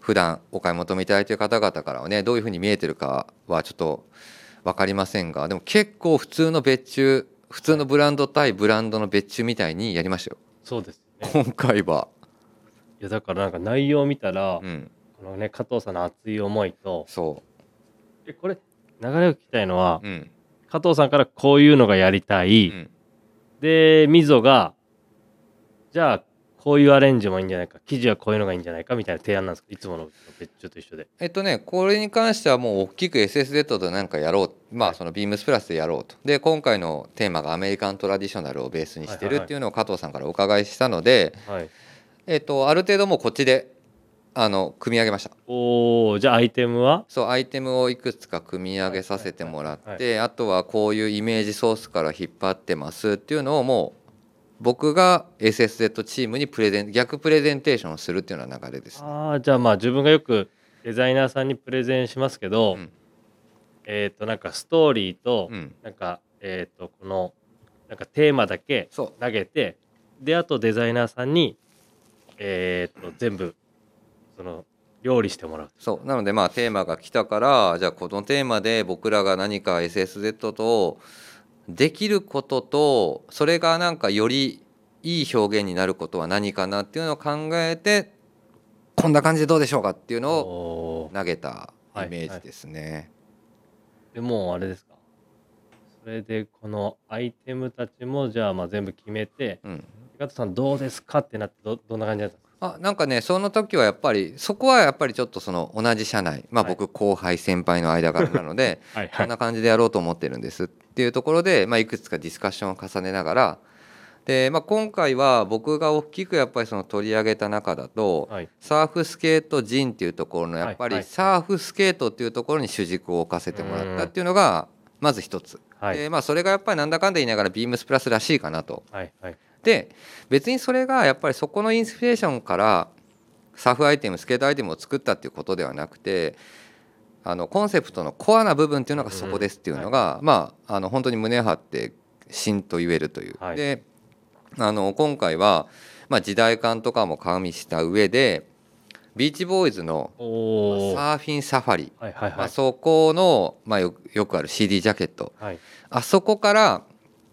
Speaker 1: 普段お買い求めいただいている方々からはねどういうふうに見えてるかはちょっと分かりませんがでも結構普通の別注普通のブランド対ブランドの別注みたいにやりましたよ
Speaker 2: そうですよね。
Speaker 1: 今回は、
Speaker 2: いや、だからなんか内容見たら、
Speaker 1: うん、
Speaker 2: このね、加藤さんの熱い思いと、
Speaker 1: そ
Speaker 2: えこれ、流れを聞きたいのは
Speaker 1: う、う、ん、
Speaker 2: 加藤さんからこういうのがやりたい、
Speaker 1: うん
Speaker 2: でみぞがじゃあこういうアレンジもいいんじゃないか記事はこういうのがいいんじゃないかみたいな提案なんですけどいつもの別注と一緒で
Speaker 1: えっとね、これに関してはもう大きく SSZ でなんかやろう、まあ、そのビームスプラスでやろうとで今回のテーマがアメリカントラディショナルをベースにして
Speaker 2: はいはい
Speaker 1: る
Speaker 2: はい
Speaker 1: っていうのを加藤さんからお伺いしたので、
Speaker 2: はい
Speaker 1: えっと、ある程度もうこっちであの組み上げました
Speaker 2: おおじゃあアイテムは
Speaker 1: そうアイテムをいくつか組み上げさせてもらって、
Speaker 2: はいはい
Speaker 1: あとはこういうイメージソースから引っ張ってますっていうのをもう僕が SSZ チームにプレゼン逆プレゼンテーションをするっていうような流れですね、
Speaker 2: あーじゃあまあ自分がよくデザイナーさんにプレゼンしますけど、
Speaker 1: うん
Speaker 2: えっ、となんかストーリーと、
Speaker 1: うん、
Speaker 2: なんかえっ、とこのなんかテーマだけ
Speaker 1: そう
Speaker 2: 投げてであとデザイナーさんにえっ、と全部その料理してもらう
Speaker 1: そうなのでまあテーマが来たからじゃあこのテーマで僕らが何か SSZ とできることとそれがなんかよりいい表現になることは何かなっていうのを考えてこんな感じでどうでしょうかっていうのを
Speaker 2: おー
Speaker 1: 投げたイメージですね。
Speaker 2: でもうあれですかそれでこのアイテムたちもじゃあまあ全部決めて
Speaker 1: うん
Speaker 2: 加藤さんどうですかってなってどどんな感じだったんですか
Speaker 1: あなんかねその時はやっぱりそこはやっぱりちょっとその同じ社内まあ
Speaker 2: はい
Speaker 1: 僕後輩先輩の間柄なので
Speaker 2: はい
Speaker 1: こんな感じでやろうと思ってるんですっていうところで、まあ、いくつかディスカッションを重ねながらで、まあ、今回は僕が大きくやっぱりその取り上げた中だと
Speaker 2: はい
Speaker 1: サーフスケートジンっていうところのやっぱ
Speaker 2: はい
Speaker 1: り
Speaker 2: はい
Speaker 1: サーフスケートっていうところに主軸を置かせてもらったっていうのがまず一つ。
Speaker 2: はい
Speaker 1: でまあ、それがやっぱりなんだかんだ言いながらビームスプラスらしいかなと
Speaker 2: はいはい
Speaker 1: で別にそれがやっぱりそこのインスピレーションからサーフアイテムスケートアイテムを作ったっていうことではなくてあのコンセプトのコアな部分っていうのがそこですっていうのが、まああの本当に胸張ってしんと言えるという。
Speaker 2: はい
Speaker 1: であの今回は、まあ、時代感とかも加味した上でビーチボーイズの
Speaker 2: お
Speaker 1: サ
Speaker 2: お
Speaker 1: ーフィンサファリ、
Speaker 2: はいはい
Speaker 1: ま
Speaker 2: は
Speaker 1: あ、
Speaker 2: い
Speaker 1: そこの、まあ、よよくある CD ジャケット
Speaker 2: はい
Speaker 1: あそこから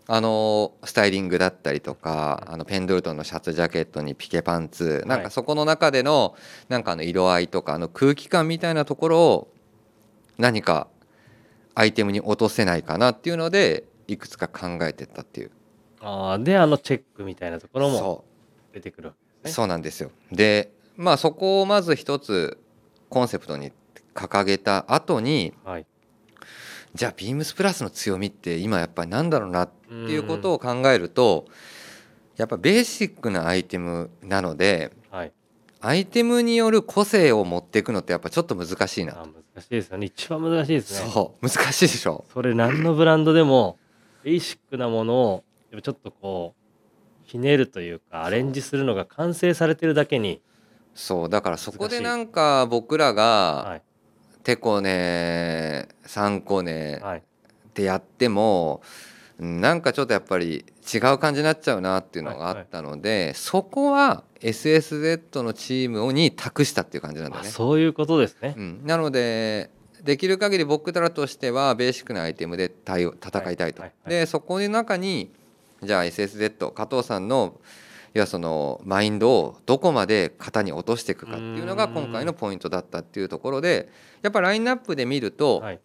Speaker 1: あのスタイリングだったりとかあのペンドルトンのシャツジャケットにピケパンツなん
Speaker 2: はい
Speaker 1: かそこの中でのなんかあの色合いとかあの空気感みたいなところを何かアイテムに落とせないかなっていうのでいくつか考えてったっていう
Speaker 2: あーであのチェックみたいなところも
Speaker 1: そ
Speaker 2: 出てくるわけ
Speaker 1: う
Speaker 2: ですね
Speaker 1: そうなんですよでまあそこをまず一つコンセプトに掲げた後に
Speaker 2: はい
Speaker 1: じゃあビームスプラスの強みって今やっぱりなんだろうなって
Speaker 2: って
Speaker 1: っていうことを考えるとやっぱベーシックなアイテムなので
Speaker 2: はい
Speaker 1: アイテムによる個性を持っていくのってやっぱちょっと難しいな
Speaker 2: あー難しいですよね一番難しいですね
Speaker 1: そう難しいでしょ
Speaker 2: それ何のブランドでもベーシックなものをやっぱちょっとこうひねるというかアレンジするのが完成されてるだけに
Speaker 1: そうだからそこ
Speaker 2: 難
Speaker 1: で
Speaker 2: しい
Speaker 1: なんか僕ら
Speaker 2: は
Speaker 1: が
Speaker 2: い
Speaker 1: てこね3個ね
Speaker 2: はい
Speaker 1: ってやってもなんかちょっとやっぱり違う感じになっちゃうなっていうのがあったのでそこは SSZ のチームに託したっていう感じなんだよ
Speaker 2: あ
Speaker 1: ね。
Speaker 2: そういうことですね
Speaker 1: うん、なのでできる限り僕らとしてはベーシックなアイテムで対応戦いたいと。
Speaker 2: はいはい
Speaker 1: でそこの中にじゃあ SSZ 加藤さんのいやそのマインドをどこまで型に落としていくかっていうのが
Speaker 2: うーん
Speaker 1: 今回のポイントだったっていうところでやっぱラインナップで見ると
Speaker 2: はい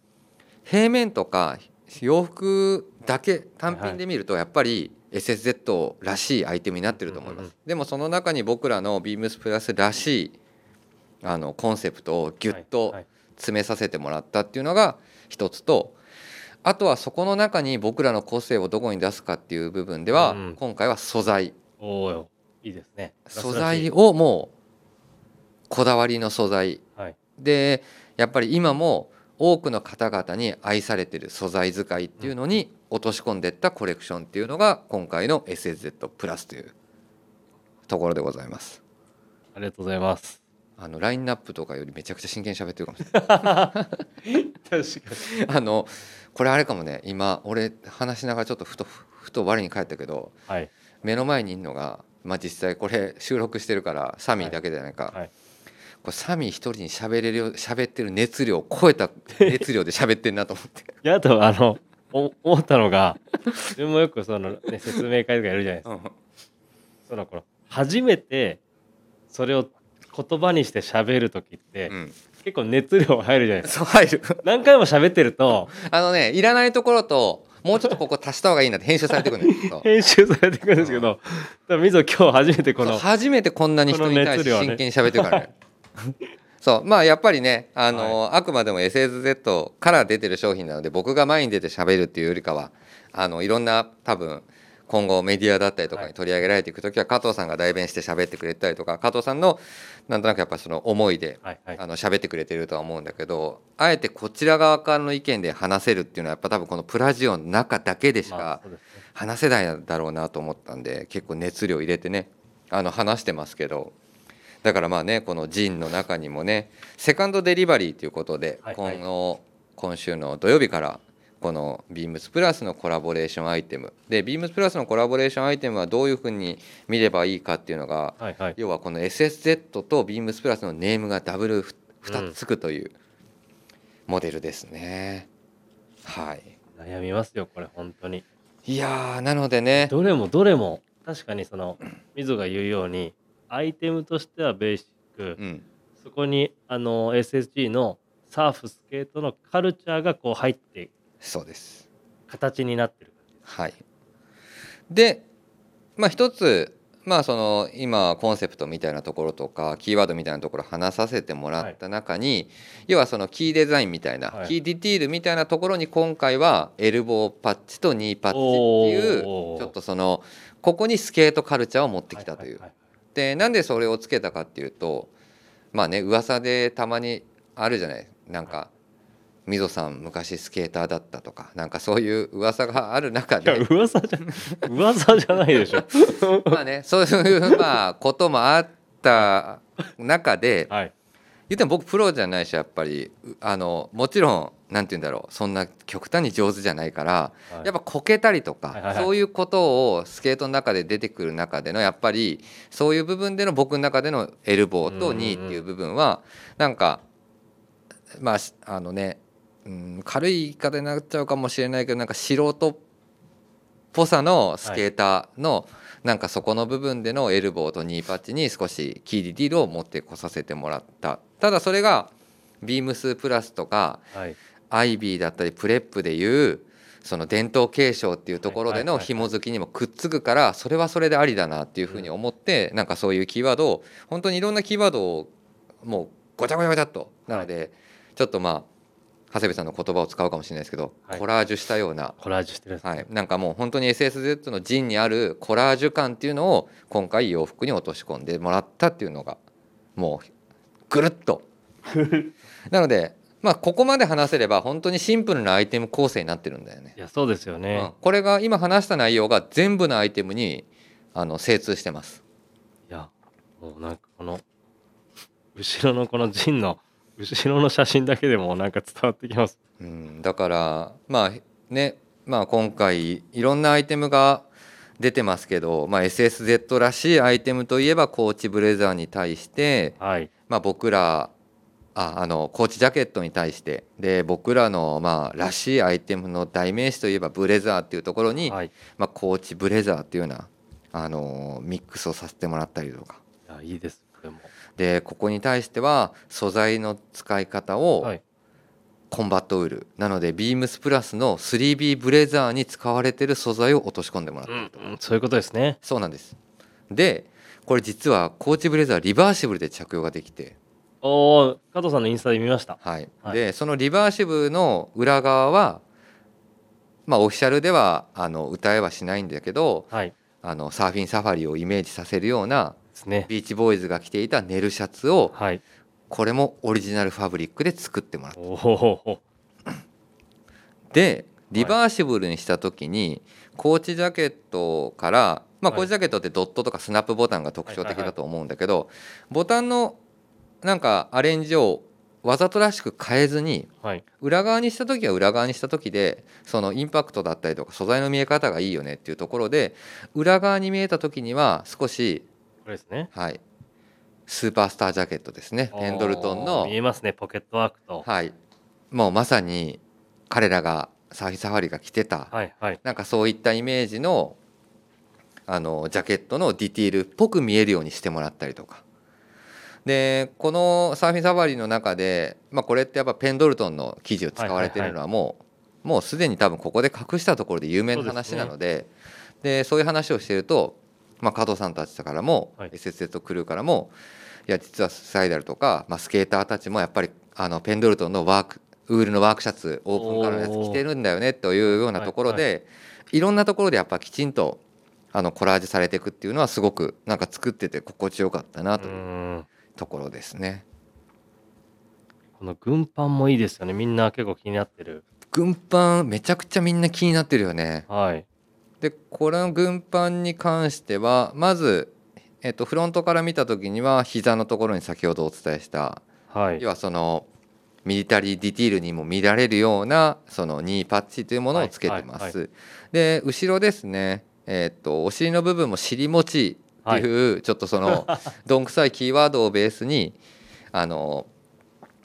Speaker 1: 平面とか洋服だけ単
Speaker 2: はいは
Speaker 1: 品
Speaker 2: い
Speaker 1: で見るとやっぱり SSZ らしいアイテムになってると思い
Speaker 2: うん
Speaker 1: ま
Speaker 2: うんうん
Speaker 1: す。でもその中に僕らのビームスプラスらしいあのコンセプトをギュッと
Speaker 2: はい
Speaker 1: 詰めさせてもらったっていうのが一つとあとはそこの中に僕らの個性をどこに出すかっていう部分では、
Speaker 2: うん
Speaker 1: 今回は素材
Speaker 2: おーいいですね
Speaker 1: 素材
Speaker 2: を
Speaker 1: をもうこだわりの素材
Speaker 2: はい
Speaker 1: でやっぱり今も多くの方々に愛されてる素材使いっていうのに落とし込んでったコレクションっていうのが今回の SSZ プラスというところでございます。
Speaker 2: ありがとうございます
Speaker 1: あのラインナップとかよりめちゃくちゃ真剣に喋ってるかもしれない
Speaker 2: 確か
Speaker 1: あのこれあれかもね今俺話しながらちょっとふとふふと我に返ったけど
Speaker 2: にはい
Speaker 1: 目の前にいるのが、まあ、実際これ収録してるからサミーだけじゃないか、
Speaker 2: はいはい
Speaker 1: これサミー一人に喋れるよ喋ってる熱量を超えた熱量で喋ってんなと思って
Speaker 2: いやあとあのお思ったのが自分もよくその、ね、説明会とかやるじゃないですか
Speaker 1: うん
Speaker 2: その頃初めてそれを言葉にして喋る時って、
Speaker 1: うん
Speaker 2: 結構熱量入るじゃないですか。
Speaker 1: そう入る
Speaker 2: 何回も喋ってると、
Speaker 1: あのねいらないところともうちょっとここ足した方がいいなって編集されてくるんですよ
Speaker 2: 編集されてくるんですけど、多分水野今日初めてこ
Speaker 1: そ
Speaker 2: の
Speaker 1: う、初めてこんなに人に対して真剣に喋ってるから ねそうまあやっぱりねあの、あくまでも SSZ から出てる商品なので僕が前に出て喋るっていうよりかはあのいろんな多分今後メディアだったりとか
Speaker 2: は
Speaker 1: に取り上げられていく時は加藤さんが代弁して喋ってくれたりとか加藤さんのなんとなくやっぱその思いで
Speaker 2: はいはい
Speaker 1: あの喋ってくれてるとは思うんだけどあえてこちら側からの意見で話せるっていうのはやっぱ多分このプラジオの中だけでし
Speaker 2: まあ
Speaker 1: か
Speaker 2: そうですね
Speaker 1: 話せないだろうなと思ったんで結構熱量入れてねあの話してますけどだからまあねこのジンの中にもねセカンドデリバリーということで、
Speaker 2: はい
Speaker 1: 今後今週の土曜日からこのビームスプラスのコラボレーションアイテムでビームスプラスのコラボレーションアイテムはどういうふうに見ればいいかっていうのが
Speaker 2: はいはい。
Speaker 1: 要はこの SSZ とビームスプラスのネームがダブル2つつくというモデルですね。はい
Speaker 2: 悩みますよ、これ、本当に。
Speaker 1: いやーなのでね
Speaker 2: どれもどれも、確かにその、水野が言うように、アイテムとしてはベーシック、
Speaker 1: うん
Speaker 2: そこに、あの、SSG のサーフ、スケートのカルチャーがこう入って、
Speaker 1: そうです。
Speaker 2: 形になってる。
Speaker 1: はい、で、まあ、一つ、まあ、その今コンセプトみたいなところとかキーワードみたいなところ話させてもらった中に、要はそのキーデザインみたいな、
Speaker 2: はい
Speaker 1: キーディティールみたいなところに今回はエルボーパッチとニーパッチっていうち
Speaker 2: おー
Speaker 1: ょっとそのここにスケートカルチャーを持ってきたという
Speaker 2: は。は
Speaker 1: でなんでそれをつけたかっていうとまあね噂でたまにあるじゃないなんか溝さん昔スケーターだったとかなんかそういう噂がある中
Speaker 2: はいはいい
Speaker 1: で
Speaker 2: や、噂じゃ、噂じゃないでしょ。
Speaker 1: まあねそういうまあこともあった中で
Speaker 2: はい。
Speaker 1: 言っても僕プロじゃないしやっぱりうあのもちろんなんて言うんだろうそんな極端に上手じゃないから
Speaker 2: はい
Speaker 1: やっぱこけたりと
Speaker 2: はいはい
Speaker 1: か
Speaker 2: はい
Speaker 1: そういうことをスケートの中で出てくる中でのやっぱりそういう部分での僕の中でのエルボーと
Speaker 2: うんうんうん
Speaker 1: ニーっていう部分はなんかまあしあのねうん軽い言い方になっちゃうかもしれないけどなんか素人っぽさのスケーターのなんかそこの部分でのエルボーとニーパッチに少しキーディティールを持ってこさせてもらったただそれがビームスプラスとか
Speaker 2: はい。
Speaker 1: アイビーだったりプレップでいうその伝統継承っていうところでの
Speaker 2: はいはいはいはい
Speaker 1: 紐づきにもくっつくからそれはそれでありだなっていうふうに思ってなんかそういうキーワードを本当にいろんなキーワードをもうごちゃごちゃごちゃっとなのでちょっとまあ長谷部さんの言葉を使うかもしれないですけど
Speaker 2: はい
Speaker 1: コラージュしたような
Speaker 2: コラージュしてるんですね
Speaker 1: はい、なんかもう本当に SSZ の陣にあるコラージュ感っていうのを今回洋服に落とし込んでもらったっていうのがもうぐるっとなのでまあここまで話せれば本当にシンプルなアイテム構成になってるんだよね
Speaker 2: い、や、そうですよね。
Speaker 1: うんこれが今話した内容が全部のアイテムにあの精通してます
Speaker 2: いや、もうなんかこの、後ろのこのジンの、後ろの写真だけでもなんか伝わってきます。
Speaker 1: うん、だからまあね、まあ、今回いろんなアイテムが出てますけど、まあ、SSZ らしいアイテムといえばコーチブレザーに対して
Speaker 2: はい。
Speaker 1: まあ、僕らああのコーチジャケットに対してで僕らの、まあ、らしいアイテムの代名詞といえばブレザーっていうところに、
Speaker 2: はい。い
Speaker 1: まあ、コーチブレザーっていうような、あのミックスをさせてもらったりとか
Speaker 2: や、いいです。これも。
Speaker 1: でここに対しては素材の使い方
Speaker 2: は
Speaker 1: を
Speaker 2: い。
Speaker 1: コンバットウール、なのでビームスプラスの 3B ブレザーに使われてる素材を落とし込んでもらった
Speaker 2: う
Speaker 1: り
Speaker 2: ん
Speaker 1: と、
Speaker 2: うんそういうことですね。
Speaker 1: そうなんですでこれ実はコーチブレザーリバーシブルで着用ができて
Speaker 2: おお、加藤さんのインスタで見ました。
Speaker 1: はい
Speaker 2: はい
Speaker 1: でそのリバーシブの裏側は、まあ、オフィシャルではあの歌えはしないんだけど
Speaker 2: はい。で
Speaker 1: あのサーフィンサファリをイメージさせるような
Speaker 2: すね。
Speaker 1: ビーチボーイズが着ていたネルシャツを
Speaker 2: はい。
Speaker 1: これもオリジナルファブリックで作ってもらった
Speaker 2: おお。
Speaker 1: でリバーシブルにした時にコーチジャケットから、まあ、
Speaker 2: はい
Speaker 1: コーチジャケットってドットとかスナップボタンが特徴的だと思うんだけどボタンのなんかアレンジをわざとらしく変えずに
Speaker 2: はい。
Speaker 1: 裏側にした時は裏側にした時でそのインパクトだったりとか素材の見え方がいいよねっていうところで裏側に見えた時には少し、
Speaker 2: これですね。
Speaker 1: はい、スーパースタージャケットですねペンドルトン
Speaker 2: おー
Speaker 1: の
Speaker 2: 見、えますね、ポケットワークと。
Speaker 1: はい、もうまさに彼らがサーフィンサファリが着てた、
Speaker 2: はい。はい。
Speaker 1: なんかそういったイメージのあのジャケットのディティールっぽく見えるようにしてもらったりとかでこのサーフィンサファリの中で、まあ、これってやっぱペンドルトンの記事を使われてるのはもうもうすでに多分ここで隠したところで有名な話なのでそうで、そういう話をしてると、まあ、加藤さんたちからも、
Speaker 2: はい
Speaker 1: SSZ クルーからもいや実はスライダルとか、まあ、スケーターたちもやっぱりあのペンドルトンのワークウールのワークシャツオープンカラーのやつ着てるんだよねというようなところで、
Speaker 2: はい
Speaker 1: いろんなところでやっぱきちんとあのコラージュされていくっていうのはすごくなんか作ってて心地よかったな
Speaker 2: う
Speaker 1: という
Speaker 2: ーん
Speaker 1: ところですね。
Speaker 2: この軍パンもいいですよねみんな結構気になってる
Speaker 1: 軍パンめちゃくちゃみんな気になってるよね。
Speaker 2: はい
Speaker 1: でこれの軍パンに関してはまず、えっと、フロントから見た時には膝のところに先ほどお伝えした
Speaker 2: はい
Speaker 1: 要はそのミリタリーディティールにも見られるようなそのニーパッチというものをつけてます。
Speaker 2: はいはいは
Speaker 1: で後ろですね、えっとお尻の部分も尻餅っていう、ちょっとそ のどんくさいキーワードをベースにあの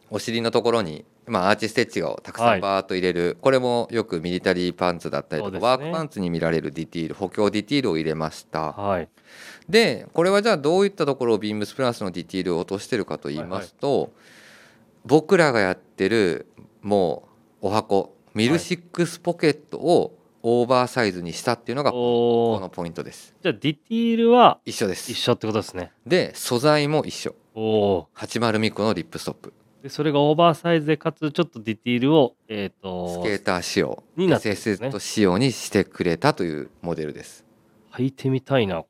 Speaker 1: お尻のところに、まあ、アーチステッチをたくさ
Speaker 2: は
Speaker 1: ん
Speaker 2: い
Speaker 1: バーっと入れる、これもよくミリタリーパンツだったりと
Speaker 2: そ
Speaker 1: か、
Speaker 2: うです
Speaker 1: ワー
Speaker 2: ね
Speaker 1: クパンツに見られるディティール補強ディティールを入れました。
Speaker 2: はい
Speaker 1: でこれはじゃあどういったところをビームスプラスのディティールを落としてるかと言いますと、僕らがやってるもうお箱ミルシックスポケットをオーバーサイズにしたっていうのがこ
Speaker 2: お
Speaker 1: の
Speaker 2: ー
Speaker 1: ポイントです
Speaker 2: じゃあディティールは
Speaker 1: 一緒です
Speaker 2: 一緒ってことですね
Speaker 1: で素材も一緒
Speaker 2: おお
Speaker 1: 80ミクのリップストップ
Speaker 2: ーでそれがオーバーサイズでかつちょっとディティールをえっ、
Speaker 1: ス
Speaker 2: と
Speaker 1: ケーター仕様
Speaker 2: になってるんです
Speaker 1: SS
Speaker 2: ね
Speaker 1: と仕様にしてくれたというモデルです
Speaker 2: 履いてみたいなこ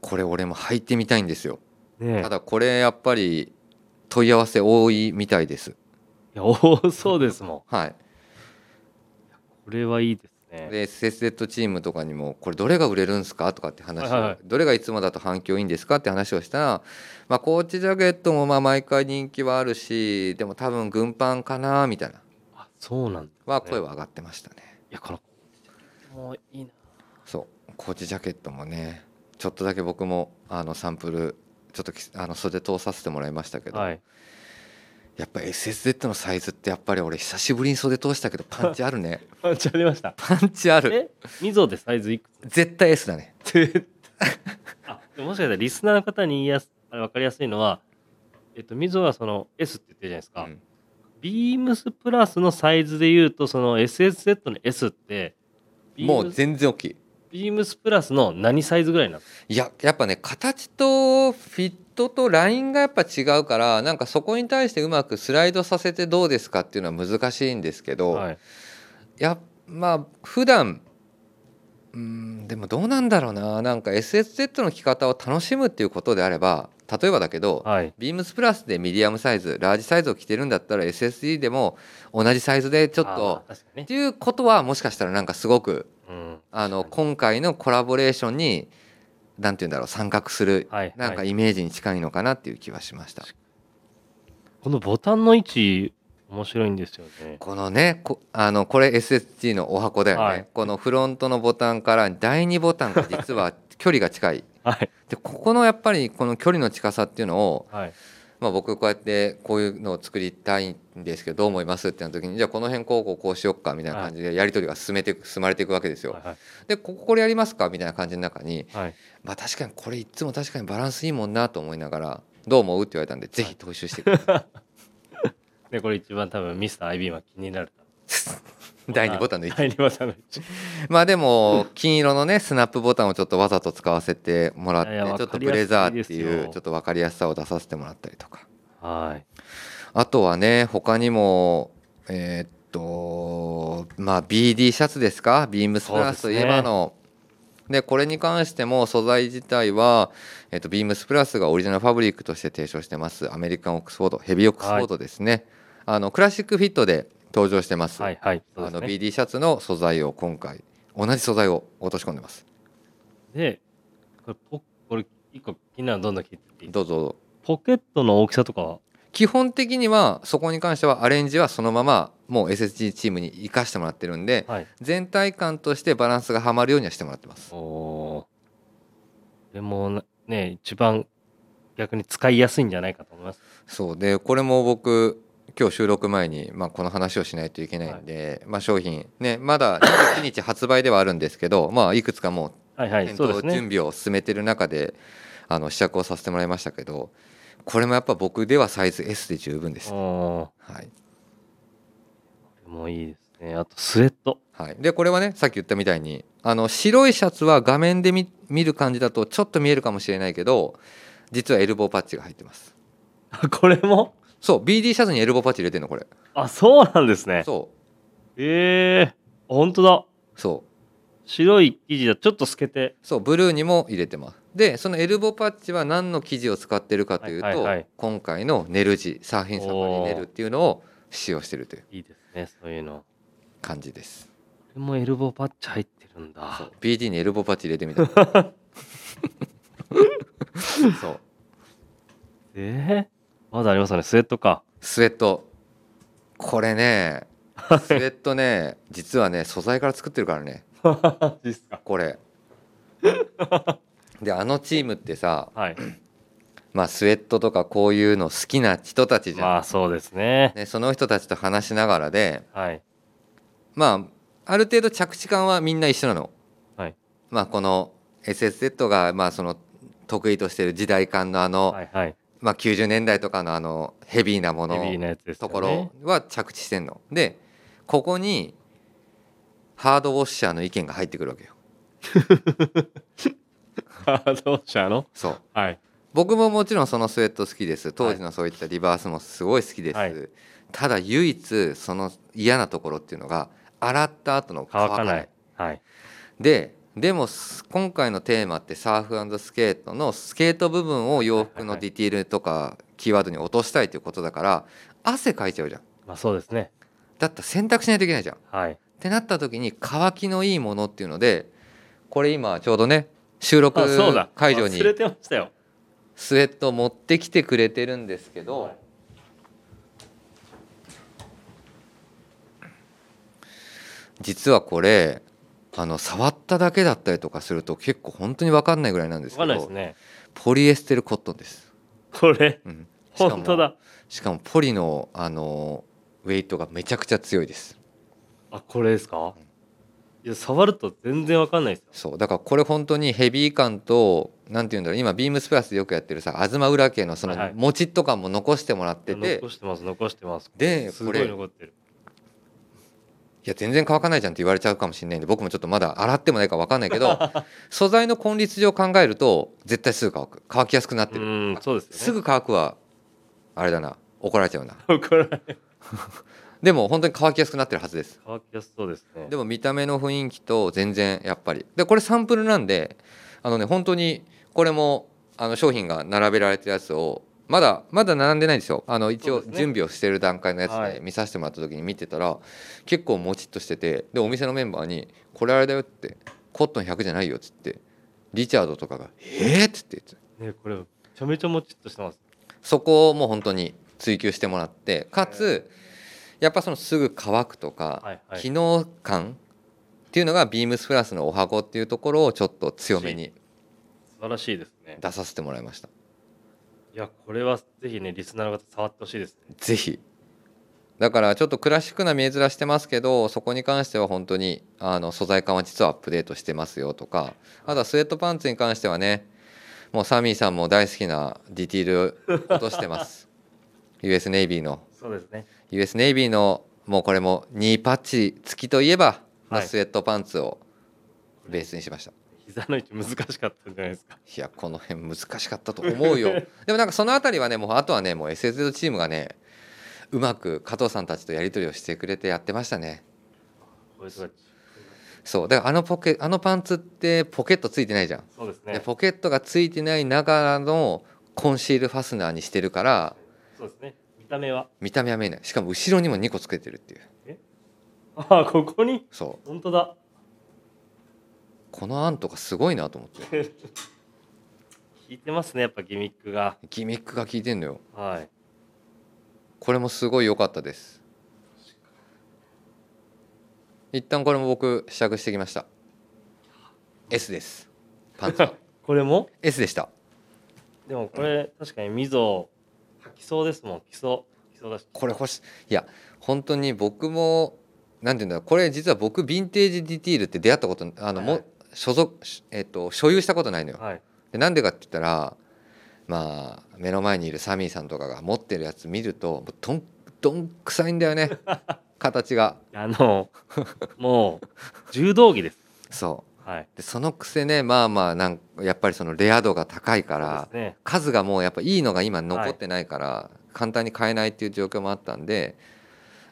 Speaker 1: これ俺も履いてみたいんですよ
Speaker 2: れねえ
Speaker 1: ただこれやっぱり問い合わせ多いみたいです
Speaker 2: いや多そうですもん
Speaker 1: はい
Speaker 2: これはいいですね
Speaker 1: で SSZ チームとかにもこれどれが売れるんですかとかって話を、
Speaker 2: はいはいはい
Speaker 1: どれがいつもだと反響いいんですかって話をしたら、まあ、コーチジャケットもまあ毎回人気はあるしでも多分軍パンかなみたいな
Speaker 2: あそうなんだ、ね、
Speaker 1: は声は上がってましたね
Speaker 2: いやこのもういいな
Speaker 1: そうコーチジャケットもねちょっとだけ僕もあのサンプルちょっときあの袖通させてもらいましたけど、
Speaker 2: はい
Speaker 1: やっぱ SSZ のサイズってやっぱり俺久しぶりに袖通した けどパンチあるね
Speaker 2: パンチありました
Speaker 1: パンチある
Speaker 2: え溝でサイズいく
Speaker 1: 絶対 S だね
Speaker 2: つあでももしかしたらリスナーの方に言いやすあれ分かりやすいのはえっと溝はその S って言ってるじゃないですか、
Speaker 1: うん
Speaker 2: ビームスプラスのサイズで言うとその SSZ の S ってビー
Speaker 1: も
Speaker 2: ム
Speaker 1: う
Speaker 2: ス
Speaker 1: 全然大きい
Speaker 2: ビームスプラスの何サイズぐらいなんですか
Speaker 1: いややっぱね形とフィットとラインがやっぱ違うからなんかそこに対してうまくスライドさせてどうですかっていうのは難しいんですけど、
Speaker 2: はい
Speaker 1: やまあ普段うーんでもどうなんだろうななんか SSZ の着方を楽しむっていうことであれば例えばだけど、
Speaker 2: はい
Speaker 1: ビームスプラスでミディアムサイズラージサイズを着てるんだったら SSD でも同じサイズでち
Speaker 2: ち
Speaker 1: ょっと
Speaker 2: 確か
Speaker 1: っ
Speaker 2: にね
Speaker 1: ていうことはもしかしたらなんかすごく
Speaker 2: うん
Speaker 1: あの
Speaker 2: 確か
Speaker 1: 今回のコラボレーションに何て言うんだろう参画する
Speaker 2: にはい
Speaker 1: なんか
Speaker 2: はい
Speaker 1: イメージに近いのかなっていう気はしました、
Speaker 2: このボタンの位置面白いんですよね
Speaker 1: このねこあのこれ SSG のお箱だよね、
Speaker 2: はい
Speaker 1: このフロントのボタンから第2ボタンが実は 距離が近い
Speaker 2: はい
Speaker 1: でここのやっぱりこの距離の近さっていうのを、
Speaker 2: はい
Speaker 1: まあ、僕こうやってこういうのを作りたいんですけどどう思いますってなった時にじゃあこの辺こうこうこうしよっかみたいな感じでやり取りが進めて進まれていくわけですよ、
Speaker 2: は
Speaker 1: でこここれやりますかみたいな感じの中に
Speaker 2: いはい
Speaker 1: まあ確かにこれいつも確かにバランスいいもんなと思いながらどう思うって言われたんでぜひ踏襲して ください
Speaker 2: でこれ一番多分ミスター IB は気になる
Speaker 1: 第2ボタンの位置
Speaker 2: 第2ボタンの位置
Speaker 1: まあでも金色のねスナップボタンをちょっとわざと使わせてもらって
Speaker 2: いやいや
Speaker 1: ちょっとブレザーって
Speaker 2: わかりやすい
Speaker 1: い
Speaker 2: です
Speaker 1: う
Speaker 2: よ
Speaker 1: ちょっと分かりやすさを出させてもらったりとか
Speaker 2: はい
Speaker 1: あとはね他にもえーっとまあ BD シャツですかビームスプラスといえばのでこれに関しても素材自体は、えっとビームスプラスがオリジナルファブリックとして提唱してますアメリカンオックスフォードヘビーオックスフォードですね、あのクラシックフィットで登場してます、
Speaker 2: はいはいそう
Speaker 1: あ
Speaker 2: です
Speaker 1: の
Speaker 2: ね
Speaker 1: BD シャツの素材を今回同じ素材を落とし込んでます
Speaker 2: でこれポこれ一個気になるのどんどん聞いてっていい
Speaker 1: どうぞどうぞ
Speaker 2: ポケットの大きさとかは
Speaker 1: 基本的にはそこに関してはアレンジはそのままもう SSG チームに生かしてもらってるんで、
Speaker 2: はい
Speaker 1: 全体感としてバランスがはまるようにはしてもらってます
Speaker 2: おおーでもなね一番逆に使いやすいんじゃないかと思います
Speaker 1: そうでこれも僕今日収録前に、まあ、この話をしないといけないんで、まあ、商品ねまだ29日発売ではあるんですけど、まあ、いくつかもう
Speaker 2: はいはい
Speaker 1: 店
Speaker 2: そう
Speaker 1: 頭
Speaker 2: です
Speaker 1: 準
Speaker 2: ね
Speaker 1: 備を進めてる中であの試着をさせてもらいましたけどこれもやっぱ僕ではサイズ S で十分です、
Speaker 2: おー
Speaker 1: はい
Speaker 2: これもいいですね。あと、スウェット。
Speaker 1: はい、でこれはねさっき言ったみたいにあの白いシャツは画面で見見る感じだとちょっと見えるかもしれないけど実はエルボーパッチが入ってます
Speaker 2: あこれも
Speaker 1: そう BD シャツにエルボーパッチ入れてんのこれ
Speaker 2: あ、そうなんですね。
Speaker 1: そ
Speaker 2: ええー、ほんとだ。
Speaker 1: うそう
Speaker 2: 白い生地だ。ちょっと透けて。
Speaker 1: そうブルーにも入れてますでそのエルボーパッチは何の生地を使ってるかというと、
Speaker 2: はいはいはい
Speaker 1: 今回のネルジサーフィンサファリネルっていうのを使用してるという
Speaker 2: いいですね、そういうの。
Speaker 1: 感じです
Speaker 2: これもエルボーパッチ入ってるん だ。
Speaker 1: BD にエルボーパッチ入れて みたそう
Speaker 2: ええまだありますよね、スウェット か。
Speaker 1: スウェットこれねスウェットね実はね素材から作ってるからね
Speaker 2: いいっすか。
Speaker 1: これであのチームってさ、
Speaker 2: はい。
Speaker 1: まあ、スウェットとかこういうの好きな人たちじゃん、
Speaker 2: まあ、そうですね。
Speaker 1: ね、その人たちと話しながらで
Speaker 2: はい。
Speaker 1: まあある程度着地感はみんな一緒なの、
Speaker 2: はい
Speaker 1: まあこの SSZ がまあその得意としてる時代感のあの、
Speaker 2: はいはい。
Speaker 1: まあ、90年代とかのあのヘビーなもの
Speaker 2: ヘビーなやつですよ
Speaker 1: と
Speaker 2: ね。
Speaker 1: こ ろは着地してんの。でここにハードウォッシャーの意見が入ってくるわけよ。
Speaker 2: ハードウォッシャーの
Speaker 1: そう
Speaker 2: はい。
Speaker 1: 僕ももちろんそのスウェット好きです当時のそういったリバースもすごい好きです、
Speaker 2: はい
Speaker 1: ただ唯一その嫌なところっていうのが洗った後の乾
Speaker 2: 乾
Speaker 1: かな
Speaker 2: か
Speaker 1: い
Speaker 2: ない。はい。
Speaker 1: ででもす今回のテーマってサーフスケートのスケート部分を洋服のディティールとかキーワードに落としたいということだから汗かいちゃうじゃん
Speaker 2: まあ、そうですね。
Speaker 1: だったら洗濯しないといけないじゃん
Speaker 2: はい。
Speaker 1: ってなった時に乾きのいいものっていうのでこれ今ちょうどね収録
Speaker 2: あ、そうだ。
Speaker 1: 会場に
Speaker 2: 忘れてましたよ。
Speaker 1: スウェットを持ってきてくれてるんですけど
Speaker 2: はい
Speaker 1: 実はこれあの触っただけだったりとかすると結構本当に分かんないぐらいなんです
Speaker 2: わ
Speaker 1: けど
Speaker 2: かんないですね。
Speaker 1: ポリエステルコットンです、
Speaker 2: これ、
Speaker 1: うん、しかも
Speaker 2: 本当だ。
Speaker 1: しかもポリのあのウェイトがめちゃくちゃ強いです
Speaker 2: あ、これですかいや、触ると全然わかんないですよ。
Speaker 1: そうだからこれ本当にヘビー感となんて言うんだろう今ビームスプラスでよくやってるさ東浦家のその
Speaker 2: はいはい
Speaker 1: もちっと感も残してもらってて、い
Speaker 2: 残してます残してます
Speaker 1: でこ
Speaker 2: す
Speaker 1: れ
Speaker 2: ごい残ってる
Speaker 1: や全然乾かないじゃんって言われちゃうかもしれないんで僕もちょっとまだ洗ってもないか分かんないけ ど素材の根率上考えると絶対すぐ乾く乾きやすくなっ
Speaker 2: う
Speaker 1: てる、
Speaker 2: んそうですよね
Speaker 1: すぐ 乾くはあれだな怒られちゃうな
Speaker 2: 怒られる
Speaker 1: でも本当に乾きやすくなってるはずです
Speaker 2: 乾きやすそうですね
Speaker 1: でも見た目の雰囲気と全然やっぱりでこれサンプルなんであのね本当にこれもあの商品が並べられてるやつをまだまだ並んでないんですよあの一
Speaker 2: そう
Speaker 1: 応
Speaker 2: ですね
Speaker 1: 準備をしてる段階のやつ
Speaker 2: はい
Speaker 1: で見させてもらった時に見てたら結構もちっとしててでお店のメンバーに「これあれだよ」って「コットン100じゃないよ」っつってリチャードとかが「えっ?」っつって言って
Speaker 2: ねこれめちゃめちゃもちっとしてます
Speaker 1: そこをもう本当に追求してもらってかつやっぱそのすぐ乾くとか、
Speaker 2: はいはい
Speaker 1: 機能感っていうのがビームスプラスのお箱っていうところをちょっと強めに
Speaker 2: 素晴らしいですね
Speaker 1: 出させてもらいました
Speaker 2: いやこれはぜひねリスナーの方触ってほしいですね
Speaker 1: ぜひだからちょっとクラシックな見え面してますけどそこに関しては本当にあの素材感は実はアップデートしてますよとかあとはスウェットパンツに関してはねもうサミーさんも大好きなディティール落としてます US ネイビーの
Speaker 2: そうですね
Speaker 1: US ネイビーのもうこれも2パッチ付きといえば、
Speaker 2: はい
Speaker 1: スウェットパンツをベースにしました
Speaker 2: 膝の位置難しかったんじゃないですか
Speaker 1: いやこの辺難しかったと思うよでもなんかそのあたりはねもうあとはねもう SSZ チームがねうまく加藤さんたちとやり取りをしてくれてやってましたね
Speaker 2: これとか
Speaker 1: そうだからあのポケあのパンツってポケットついてないじゃん、
Speaker 2: そうです
Speaker 1: で
Speaker 2: ね
Speaker 1: ポケットがついてないながらのコンシールファスナーにしてるから
Speaker 2: そうですね見た目は
Speaker 1: 見た目は見えないしかも後ろにも2個つけてるっていう
Speaker 2: ああここに
Speaker 1: そう
Speaker 2: 本当だ
Speaker 1: この案とかすごいなと思って
Speaker 2: 効いてますねやっぱギミックが
Speaker 1: ギミックが効いてんのよ
Speaker 2: はい
Speaker 1: これもすごい良かったです一旦これも僕試着してきました S ですパン ツは
Speaker 2: これも
Speaker 1: S でした
Speaker 2: でもこれ確かに溝吐きそうですもん基礎基礎だし
Speaker 1: これ欲しいや本当に僕もなんていうんだろうこれ実は僕ヴィンテージディティールって出会ったことあの
Speaker 2: はいはい
Speaker 1: も所属、えっと所有したことないのよ
Speaker 2: はい
Speaker 1: でなんでかって言ったらまあ目の前にいるサミーさんとかが持ってるやつ見るともうどんどんくさいんだよね形が
Speaker 2: あのもう柔道着です
Speaker 1: そう
Speaker 2: はい
Speaker 1: でそのくせねまあまあなんやっぱりそのレア度が高いから
Speaker 2: そう、ですね
Speaker 1: 数がもうやっぱいいのが今残ってないから、簡単に買えないっていう状況もあったんで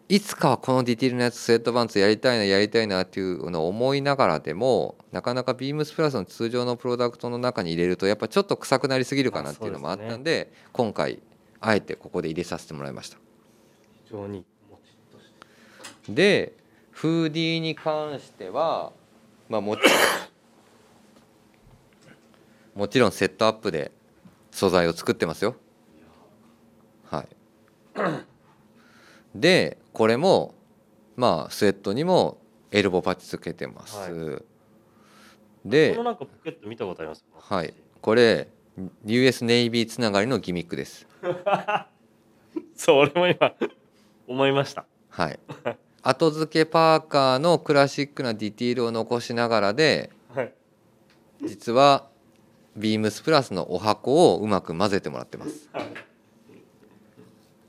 Speaker 1: いつかはこのディティールのやつスウェットパンツやりたいなやりたいなっていうのを思いながらでもなかなかビームスプラスの通常のプロダクトの中に入れるとやっぱちょっと臭くなりすぎるかなっていうのもあったんで今回あえてここで入れさせてもらいました。
Speaker 2: 非常にもちっとして
Speaker 1: でフーディーに関してはまあもちろんもちろんセットアップで素材を作ってますよはいでこれもまあスウェットにもエルボーパッチつけてます、で
Speaker 2: このなんかポケット見たことあります
Speaker 1: はいこれ US ネイビーつながりのギミックです
Speaker 2: そう俺も今思いました
Speaker 1: はい 後付けパーカーのクラシックなディティールを残しながらで
Speaker 2: はい
Speaker 1: 実はビームスプラスのお箱をうまく混ぜてもらってます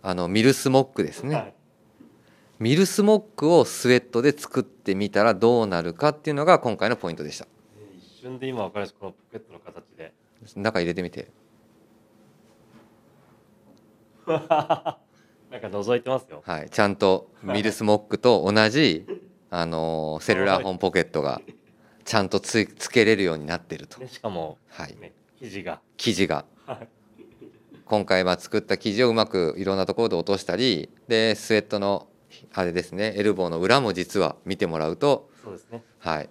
Speaker 1: あのミルスモックですね、
Speaker 2: はい
Speaker 1: ミルスモックをスウェットで作ってみたらどうなるかっていうのが今回のポイントでした
Speaker 2: 一瞬で今分かりましたこのポケットの形 で
Speaker 1: 中入れてみて
Speaker 2: なんか覗いてますよ
Speaker 1: はいちゃんとミルスモックと同じあのーセルラーフォンポケットがちゃんとつつけれるようになってると
Speaker 2: でしかも、
Speaker 1: はい
Speaker 2: ね、生地が
Speaker 1: 生地が
Speaker 2: はい
Speaker 1: 今回は作った生地をうまくいろんなところで落としたりでスウェットのあれですねエルボーの裏も実は見てもらうと
Speaker 2: そうですね
Speaker 1: はい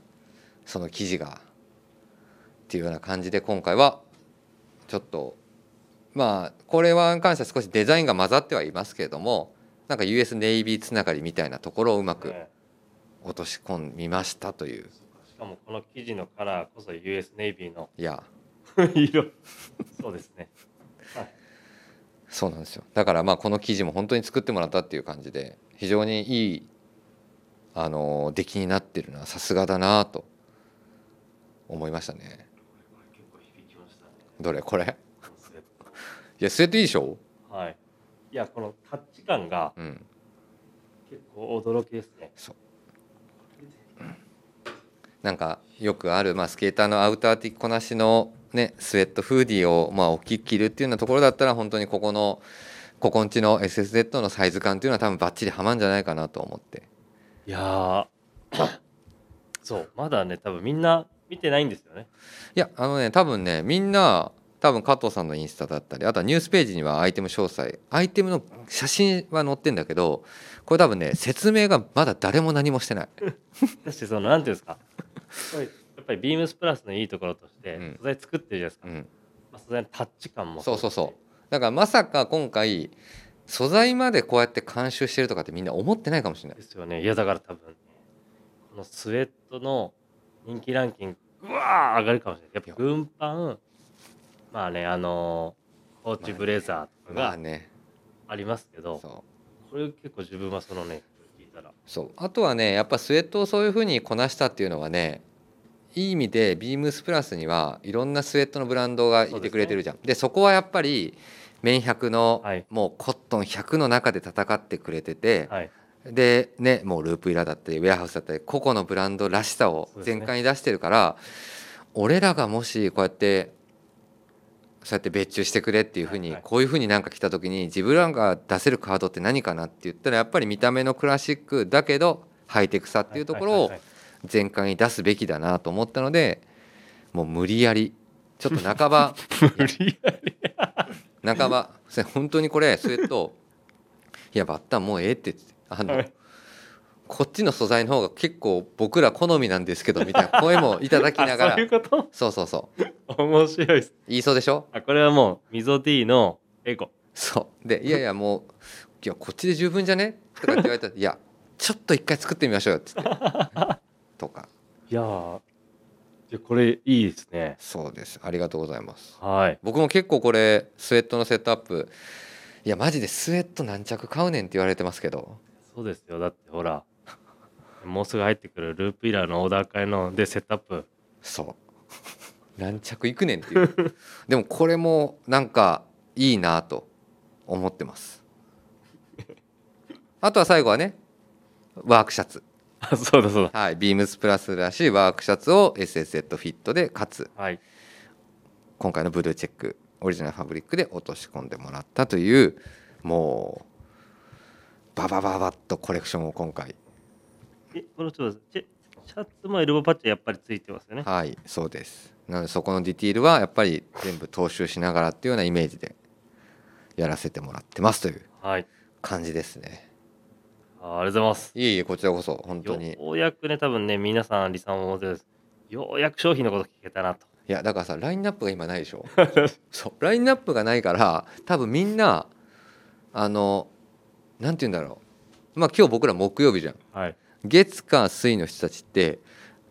Speaker 1: その生地がっていうような感じで今回はちょっとまあこれはに関しては少しデザインが混ざってはいますけれどもなんか US ネイビーつながりみたいなところをうまく
Speaker 2: ね
Speaker 1: 落とし込みましたという
Speaker 2: しかもこの生地のカラーこそ US ネイビーの
Speaker 1: いや
Speaker 2: 色そうですね
Speaker 1: そうなんですよだからまあこの記事も本当に作ってもらったっていう感じで非常にいいあの出来になってるのはさすがだなと思いましたね
Speaker 2: 結構響きましたね
Speaker 1: どれこれ
Speaker 2: このスウェット
Speaker 1: いやスウェットいいでしょ、
Speaker 2: はいいやこのタッチ感が
Speaker 1: うん、
Speaker 2: 結構驚きですね
Speaker 1: なんかよくある、まあ、スケーターのアウター的こなしの、ね、スウェットフーディーをまあ大きく着るっていうようなところだったら本当にここのここんちの SSZ のサイズ感っていうのは多分バッチリはまんじゃないかなと思って
Speaker 2: いやー そうまだね多分みんな見てないんですよね
Speaker 1: いやあのね多分ねみんな多分加藤さんのインスタだったりあとはニュースページにはアイテム詳細アイテムの写真は載ってんだけどこれ多分ね説明がまだ誰も何もしてない、
Speaker 2: だしそのなんていうん ですかやっぱりビームスプラスのいいところとして
Speaker 1: うん
Speaker 2: 素材作ってるじゃないですか、
Speaker 1: うん、
Speaker 2: まあ、素材のタッチ感も
Speaker 1: そうそう
Speaker 2: です
Speaker 1: そ
Speaker 2: し
Speaker 1: うだからまさか今回素材までこうやって監修してるとかってみんな思ってないかもしれない
Speaker 2: ですよねいやだから多分ねこのスウェットの人気ランキングうわー上がるかもしれないやっぱ軍パンまあねあのーコーチブレザーとか
Speaker 1: まあ
Speaker 2: が
Speaker 1: ね
Speaker 2: ありますけど、
Speaker 1: そう
Speaker 2: これ結構自分はそのね聞いたら
Speaker 1: そうあとはねやっぱスウェットをそういう風にこなしたっていうのはねいい意味でビームスプラスにはいろんなスウェットのブランドがいてくれてるじゃんで,、そこはやっぱり綿100の、
Speaker 2: はい
Speaker 1: もうコットン100の中で戦ってくれてて、
Speaker 2: はい
Speaker 1: でねもうループイラだったりウェアハウスだったり個々のブランドらしさを
Speaker 2: そうですね
Speaker 1: 全開に出してるから、俺らがもしこうやってそうやって別注してくれっていうふうに、
Speaker 2: はいはい
Speaker 1: こういうふうになんか来た時に自分らが出せるカードって何かなって言ったらやっぱり見た目のクラシックだけどハイテクさっていうところ
Speaker 2: はい
Speaker 1: を
Speaker 2: はい
Speaker 1: 全開に出すべきだなと思ったのでもう無理やりちょっと半ば
Speaker 2: はい無理やり
Speaker 1: 半ばそれ本当にこれスウェット いやバッタンもうええってあの、
Speaker 2: はい
Speaker 1: こっちの素材の方が結構僕ら好みなんですけどみたいな声もいただきなが
Speaker 2: あ
Speaker 1: ら
Speaker 2: そういうこと
Speaker 1: そうそうそう
Speaker 2: 面白いです
Speaker 1: 言いそうでしょ
Speaker 2: あこれはもう溝 D のエコ
Speaker 1: そうでいやいやもういやこっちで十分じゃねとかって言われたらいやちょっと一回作ってみましょうよっつって とか
Speaker 2: いやーいやこれいいですね
Speaker 1: そうですありがとうございます
Speaker 2: はい
Speaker 1: 僕も結構これスウェットのセットアップいやマジでスウェット何着買うねんって言われてますけど
Speaker 2: そうですよだってほら もうすぐ入ってくるループイラーのオーダー会のでセットアップ
Speaker 1: そう何着いくねんっていうでもこれもなんかいいなと思ってますあとは最後はねワークシャツ
Speaker 2: あ そうだそうだ。
Speaker 1: はいビームスプラスらしいワークシャツを SSZ フィットでかつ
Speaker 2: はい。
Speaker 1: 今回のブルーチェックオリジナルファブリックで落とし込んでもらったというもうバババババッとコレクションを今回
Speaker 2: え、このちょっとチェシャツもエルボーパッチはやっぱりついてますよ ね。
Speaker 1: はいそうですなのでそこのディティールはやっぱり全部踏襲しながらっていうようなイメージでやらせてもらってますという
Speaker 2: はい。
Speaker 1: 感じですね
Speaker 2: あありがとうございます。
Speaker 1: いえいえこちらこそ本当に
Speaker 2: ようやくね、多分ね、皆さん、リさんも思ってるんです。ようやく商品のこと聞けたなと。
Speaker 1: いやだからさラインナップが今ないでし ょそうラインナップがないから多分みんなあのなんて言うんだろうまあ今日僕ら木曜日じゃん
Speaker 2: はい。
Speaker 1: 月火水の人たちって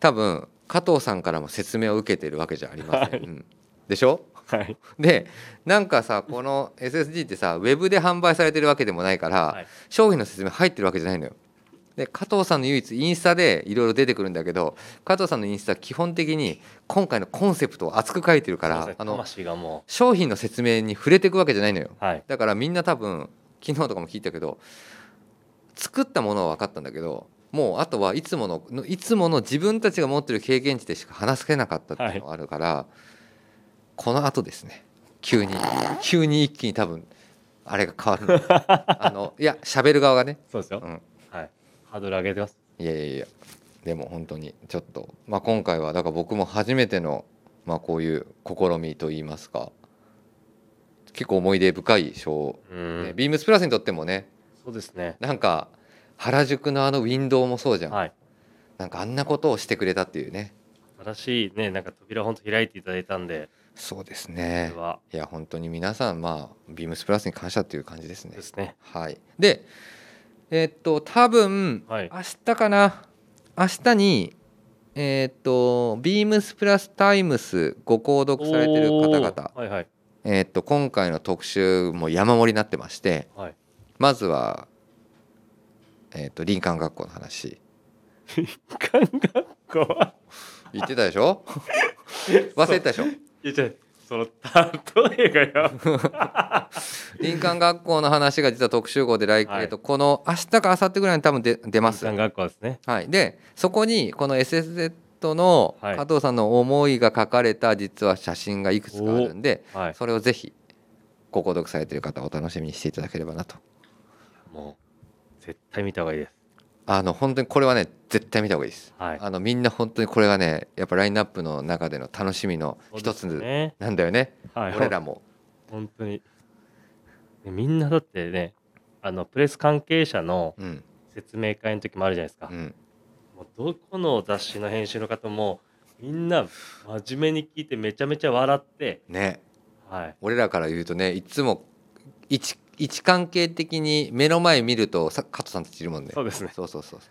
Speaker 1: 多分加藤さんからも説明を受けてるわけじゃありません、
Speaker 2: はい
Speaker 1: うんでしょ
Speaker 2: はい。
Speaker 1: でなんかさこの SSD ってさウェブで販売されてるわけでもないから、
Speaker 2: はい
Speaker 1: 商品の説明入ってるわけじゃないのよで加藤さんの唯一インスタでいろいろ出てくるんだけど加藤さんのインスタは基本的に今回のコンセプトを熱く書いてるか
Speaker 2: すいませ
Speaker 1: ら
Speaker 2: ん
Speaker 1: あの
Speaker 2: 魂がも
Speaker 1: 商品の説明に触れていくわけじゃないのよ
Speaker 2: う。はい。
Speaker 1: だからみんな多分昨日とかも聞いたけど作ったものは分かったんだけどもうあとはいつもののいつもの自分たちが持ってる経験値でしか話せなかったっていうのがあるから、この後ですね急に急に一気に多分あれが変わるの あのいや喋る側がね、
Speaker 2: そうです
Speaker 1: う
Speaker 2: よ。
Speaker 1: ん、
Speaker 2: はい。ハードル上げてます。
Speaker 1: いやいやいやでも本当にちょっと、まあ、今回はだから僕も初めての、まあ、こういう試みといいますか結構思い出深い賞
Speaker 2: う
Speaker 1: ね
Speaker 2: ん。
Speaker 1: ビームスプラスにとってもね
Speaker 2: そうですね。
Speaker 1: なんか原宿のあのウィンドウもそうじゃん、
Speaker 2: はい。
Speaker 1: な
Speaker 2: なん
Speaker 1: んかあんなことをしてくれたっていうね
Speaker 2: 新しいね、なんか扉本当開いていただいたんで、
Speaker 1: そうです
Speaker 2: これ
Speaker 1: ね
Speaker 2: はい
Speaker 1: や本当に皆さんまあビームスプラスに感謝という感じですね
Speaker 2: ですね。
Speaker 1: はいでえーっと多分、
Speaker 2: はい
Speaker 1: 明日かな明日にえーっとビームスプラスタイムスご購読されてる方
Speaker 2: おー
Speaker 1: 々
Speaker 2: はいはい。
Speaker 1: えーっと今回の特集も山盛りになってまして
Speaker 2: はい。
Speaker 1: まずはえーっと林間学校の話
Speaker 2: 感学校は。
Speaker 1: 言ってたでし ょ忘れてたでしょ
Speaker 2: いや、じゃその、例えがやばい
Speaker 1: 林間学校の話が実は特集号で来、
Speaker 2: はい
Speaker 1: えっとこの明日か明後日ぐらいに多分で出ます
Speaker 2: 三学校ですね。
Speaker 1: はいでそこにこの SSZ の
Speaker 2: はい
Speaker 1: 加藤さんの思いが書かれた実は写真がいくつかあるんで、
Speaker 2: はい。
Speaker 1: それをぜひご購読されてる方はお楽しみにしていただければなと
Speaker 2: もう、絶対見た方がいいです。
Speaker 1: あの本当にこれはね絶対見た方がいいです、
Speaker 2: はい。
Speaker 1: あのみんな本当にこれがねやっぱラインナップの中での楽しみの一つ
Speaker 2: そうですね。
Speaker 1: なんだよね
Speaker 2: はい。
Speaker 1: 俺らも
Speaker 2: 本当にねみんなだってねあのプレス関係者の
Speaker 1: うん
Speaker 2: 説明会の時もあるじゃないですか、
Speaker 1: うん
Speaker 2: もうどこの雑誌の編集の方もみんな真面目に聞いてめちゃめちゃ笑って
Speaker 1: ね
Speaker 2: はい
Speaker 1: 俺らから言うとねいつも位置位置関係的に目の前見るとさ加藤さんたちいるもんね
Speaker 2: そうですね
Speaker 1: そうそうそうそう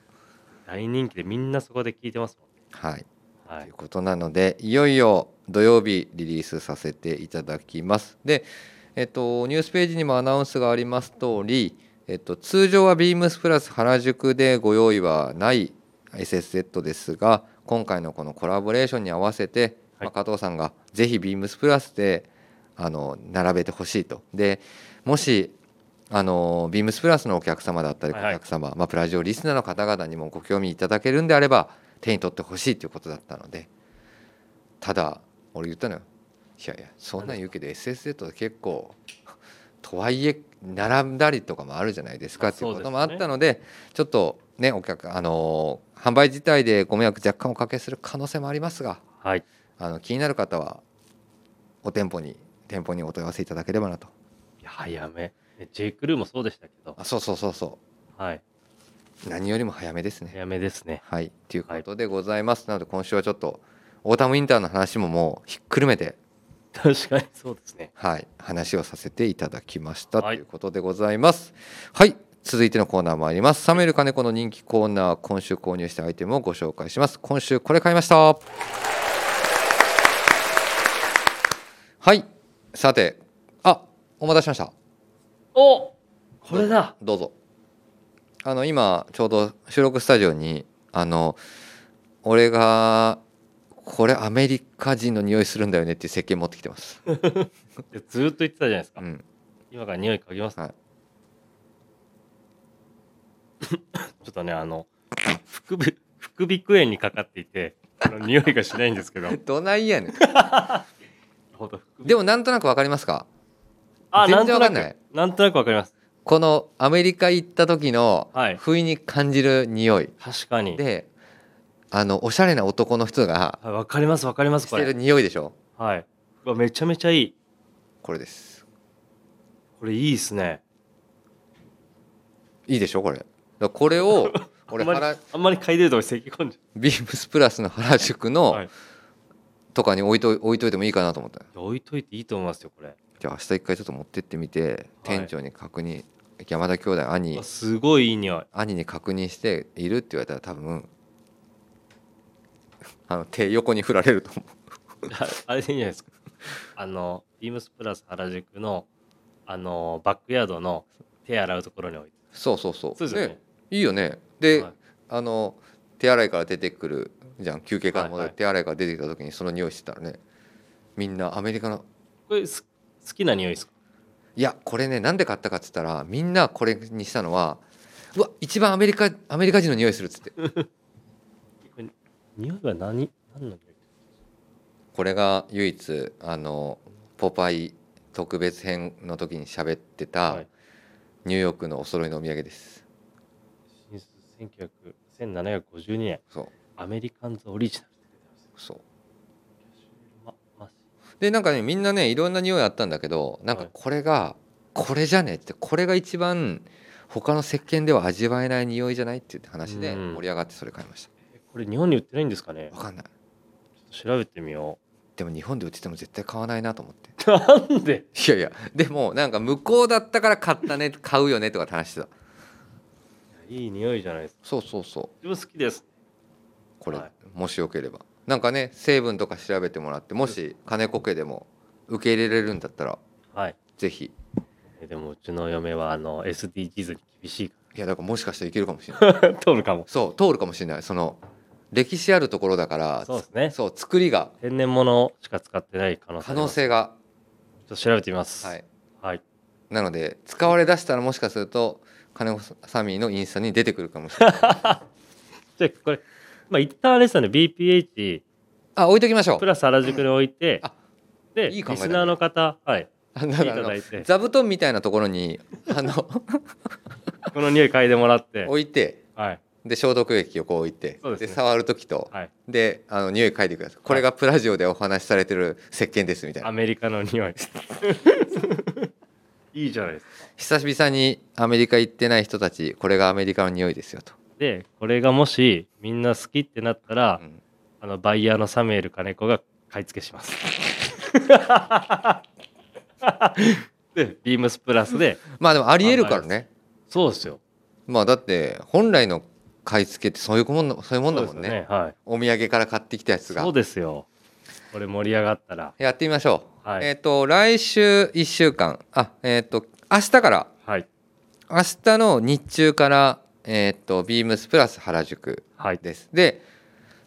Speaker 2: 大人気でみんなそこで聞いてますもんね
Speaker 1: はい、
Speaker 2: は
Speaker 1: とい
Speaker 2: いう
Speaker 1: ことなのでいよいよ土曜日リリースさせていただきますでえっとニュースページにもアナウンスがあります通りえっと通常はビームスプラス原宿でご用意はない SSZ ですが今回のこのコラボレーションに合わせて、ま
Speaker 2: はい
Speaker 1: あ加藤さんがぜひビームスプラスであの並べてほしいとでもしあのビームスプラスのお客様だったりお
Speaker 2: はいはい
Speaker 1: 客様、まあ、プラジオリスナーの方々にもご興味いただけるんであれば手に取ってほしいということだったのでただ俺言ったのよいやいやそんなん言うけど SSZ は結構とはいえ並んだりとかもあるじゃないですか
Speaker 2: まあ
Speaker 1: っていうこと
Speaker 2: そうです
Speaker 1: も
Speaker 2: ね
Speaker 1: あったので,、ちょっとねお客あのー販売自体でご迷惑若干おかけする可能性もありますが
Speaker 2: はい
Speaker 1: あの気になる方はお店舗に店舗にお問い合わせいただければなと
Speaker 2: いや早めね J. クルーもそうでしたけど
Speaker 1: あそうそうそうそ
Speaker 2: はい、
Speaker 1: う何よりも早めですね
Speaker 2: 早めですね
Speaker 1: はいということでございます、なので今週はちょっとオータムインターの話ももうひっくるめて
Speaker 2: 確かにそうですね
Speaker 1: はい、話をさせていただきました、
Speaker 2: はい
Speaker 1: ということでございます。はい続いてのコーナー参りますサメル金子の人気コーナー今週購入したアイテムをご紹介します今週これ買いましたはいさてあお待たせしました
Speaker 2: おこれだ
Speaker 1: どうぞあの今ちょうど収録スタジオにあの俺がこれアメリカ人の匂いするんだよねっていう石鹸持ってきてます、
Speaker 2: でずーっと言ってたじゃないですか
Speaker 1: う。ん、
Speaker 2: 今から匂い嗅ぎます。
Speaker 1: はい
Speaker 2: ちょっとね、あの、副鼻、副鼻腔炎にかかっていて、あの匂いがしないんですけど。
Speaker 1: ど ないやねん
Speaker 2: ほんと副鼻
Speaker 1: でもなんとなくわかりますか
Speaker 2: あ、
Speaker 1: 全
Speaker 2: なんと
Speaker 1: 然わか
Speaker 2: なん
Speaker 1: ない
Speaker 2: く、なんとなくわかります。
Speaker 1: このアメリカ行った時の
Speaker 2: はい
Speaker 1: 不意に感じる匂い
Speaker 2: 確かに。
Speaker 1: であのおしゃれな男の人が
Speaker 2: はいわかります、わかります、
Speaker 1: し
Speaker 2: こ
Speaker 1: てる
Speaker 2: れ。
Speaker 1: 匂いでしょ
Speaker 2: はい。うわめちゃめちゃいい。
Speaker 1: これです
Speaker 2: これいいですね。
Speaker 1: いいでしょこれだからこれ を俺
Speaker 2: あんまり
Speaker 1: 原
Speaker 2: あんまり嗅いでると咳き込んじゃ
Speaker 1: ビームスプラスの原宿の、
Speaker 2: はい
Speaker 1: とかに置いとい置いといてもいいかなと思った
Speaker 2: う。置いといていいと思いますよ、これ。
Speaker 1: じゃあ明日一回ちょっと持ってってみて店長に確認、山田兄弟兄
Speaker 2: あすごいいい匂い。
Speaker 1: 兄に確認しているって言われたら多分 あの手横に振られると思
Speaker 2: ああれでいいんじゃないですか。あの、ビームスプラス原宿の、あの、バックヤードの手洗うところに置いて。
Speaker 1: うそうそうそう
Speaker 2: そうですよね。
Speaker 1: いいよねで、
Speaker 2: はい
Speaker 1: あの手洗いから出てくるじゃん休憩から戻る、
Speaker 2: はいはい
Speaker 1: 手洗いから出てきた時にその匂いしてたらねみんなアメリカの
Speaker 2: これす、好きな匂いですか
Speaker 1: いやこれねなんで買ったかっつったらみんなこれにしたのはうわ一番アメリカアメリカ人の匂いするっつって
Speaker 2: これ匂いは何何の匂い
Speaker 1: これが唯一あのポパイ特別編の時に喋って
Speaker 2: は
Speaker 1: た
Speaker 2: い
Speaker 1: ニューヨークのお揃いのお土産です、
Speaker 2: 新設1900 1752年
Speaker 1: そう
Speaker 2: アメリカンズオリジナル
Speaker 1: そう
Speaker 2: まま
Speaker 1: でなんかねみんなねいろんな匂いあったんだけどなんか
Speaker 2: はい
Speaker 1: これが、これじゃねってこれが一番他の石鹸では味わえない匂いじゃないって言って話で
Speaker 2: うん
Speaker 1: 盛り上がってそれ買いまし
Speaker 2: えこれ日本に売ってないんですかね
Speaker 1: たわかんない
Speaker 2: ちょっと調べてみよ
Speaker 1: でも日本で売ってても絶対買わないなと思って
Speaker 2: うなんで
Speaker 1: いやいやでもなんか向こうだったから買ったね買うよねとかって話してた
Speaker 2: いい匂いじゃないですか
Speaker 1: そうそうそう
Speaker 2: 自分好きです
Speaker 1: これ、
Speaker 2: はい
Speaker 1: もしよければなんかね成分とか調べてもらってもし金子家でも受け入れれるんだったら
Speaker 2: はい
Speaker 1: ぜひ
Speaker 2: えでもうちの嫁はあの SDGs に厳しいか
Speaker 1: いやだからもしかしたらいけるかもしれない
Speaker 2: ら通るかも
Speaker 1: そう通るかもしれないその歴史あるところだから
Speaker 2: そうですね
Speaker 1: そう作りが
Speaker 2: 天然物しか使ってない可能性
Speaker 1: 可
Speaker 2: ありま
Speaker 1: 能
Speaker 2: す
Speaker 1: 性が
Speaker 2: ちょっと調べてみます
Speaker 1: はい
Speaker 2: はい、
Speaker 1: なので使われだしたらもしかすると金子サミーのインスタに出てくるかも しれない
Speaker 2: じゃあこれまあ一旦あれですよね BPH
Speaker 1: あ置いときましょ
Speaker 2: プ
Speaker 1: う
Speaker 2: ラス原宿に置いて
Speaker 1: あ
Speaker 2: で
Speaker 1: いい考え
Speaker 2: リ
Speaker 1: だね
Speaker 2: スナーの方はい
Speaker 1: あ
Speaker 2: い
Speaker 1: だか
Speaker 2: た
Speaker 1: らあ
Speaker 2: だい
Speaker 1: の
Speaker 2: て
Speaker 1: 座布団みたいなところにあの
Speaker 2: この匂い嗅いでもらって
Speaker 1: 置いて
Speaker 2: はい
Speaker 1: で消毒液をこう置いて
Speaker 2: そうですね
Speaker 1: で触る時と、
Speaker 2: はい
Speaker 1: であの匂い嗅いでくださいこれがプラジオでお話しされてる石鹸ですみたい
Speaker 2: ア
Speaker 1: な
Speaker 2: メリカの匂 いいいじゃないですか
Speaker 1: 久々にアメリカ行ってない人たちこれがアメリカの匂いですよと、
Speaker 2: でこれがもしみんな好きってなったら、
Speaker 1: うん
Speaker 2: あのバイヤーのサメール金子が買い付けしますでビームスプラスで
Speaker 1: まあでもありえるからね
Speaker 2: そうですよ
Speaker 1: まあだって本来の買い付けってそういうもんなそういうもんだもん
Speaker 2: そう
Speaker 1: ね
Speaker 2: ですよはい
Speaker 1: お土産から買ってきたやつが
Speaker 2: そうですよこれ盛り上がったら
Speaker 1: やってみましょう、
Speaker 2: はい
Speaker 1: えっ、と来週1週間あえっ、と明日から
Speaker 2: はい
Speaker 1: 明日の日中からえっ、とビームスプラス原宿
Speaker 2: はい
Speaker 1: ですで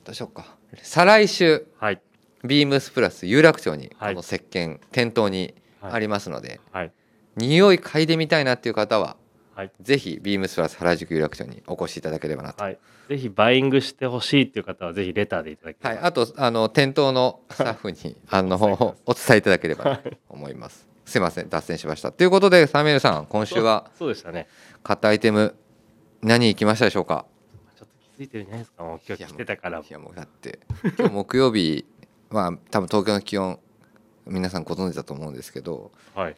Speaker 1: どうしようか再来週
Speaker 2: はい
Speaker 1: ビームスプラス有楽町にこ
Speaker 2: はい
Speaker 1: の石鹸店頭に
Speaker 2: はい
Speaker 1: ありますので、
Speaker 2: はい
Speaker 1: 匂い嗅いでみたいなっていう方は
Speaker 2: はい
Speaker 1: ぜひビームスプラス原宿有楽町にお越しいただければなと、
Speaker 2: はいぜひバイングしてほしいっていう方はぜひレターでいただけれ
Speaker 1: は
Speaker 2: ば
Speaker 1: い、あとあの店頭のスタッフにあのお伝えいただければと思います。すいません脱線しました。ということでサミュエルさん今週は
Speaker 2: そうそうでしたね
Speaker 1: 買ったアイテム何いきましたでしょうか
Speaker 2: ちょっと気づいてるんじゃないですかもう今日来てたから
Speaker 1: いやもうだって今日木曜日まあ多分東京の気温皆さんご存知だと思うんですけど、
Speaker 2: はい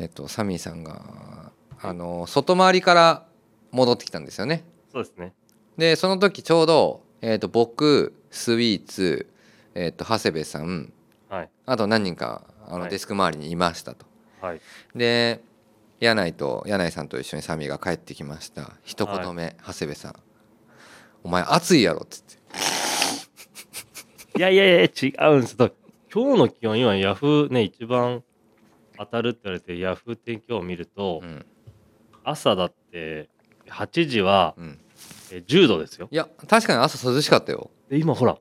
Speaker 1: えっと、サミーさんがあの外回りから戻ってきたんですよね。
Speaker 2: そうですね
Speaker 1: でその時ちょうど、えっと、僕スイーツ、えっと、長谷部さん
Speaker 2: はい
Speaker 1: あと何人かあ
Speaker 2: は
Speaker 1: の
Speaker 2: い
Speaker 1: デスク周りにいましたと、
Speaker 2: はい
Speaker 1: で柳井と柳井さんと一緒にサミーが帰ってきました一言目、長谷部さん「お前暑いやろ」っつって
Speaker 2: いやいやいや、違うんです。だ今日の気温、今、ヤフーね、一番当たるって言われて、ヤフー天気予報を見ると、
Speaker 1: うん
Speaker 2: 朝だって、8時は
Speaker 1: うん
Speaker 2: え10度ですよ。
Speaker 1: いや確かに朝涼しかったよ
Speaker 2: で、今ほら、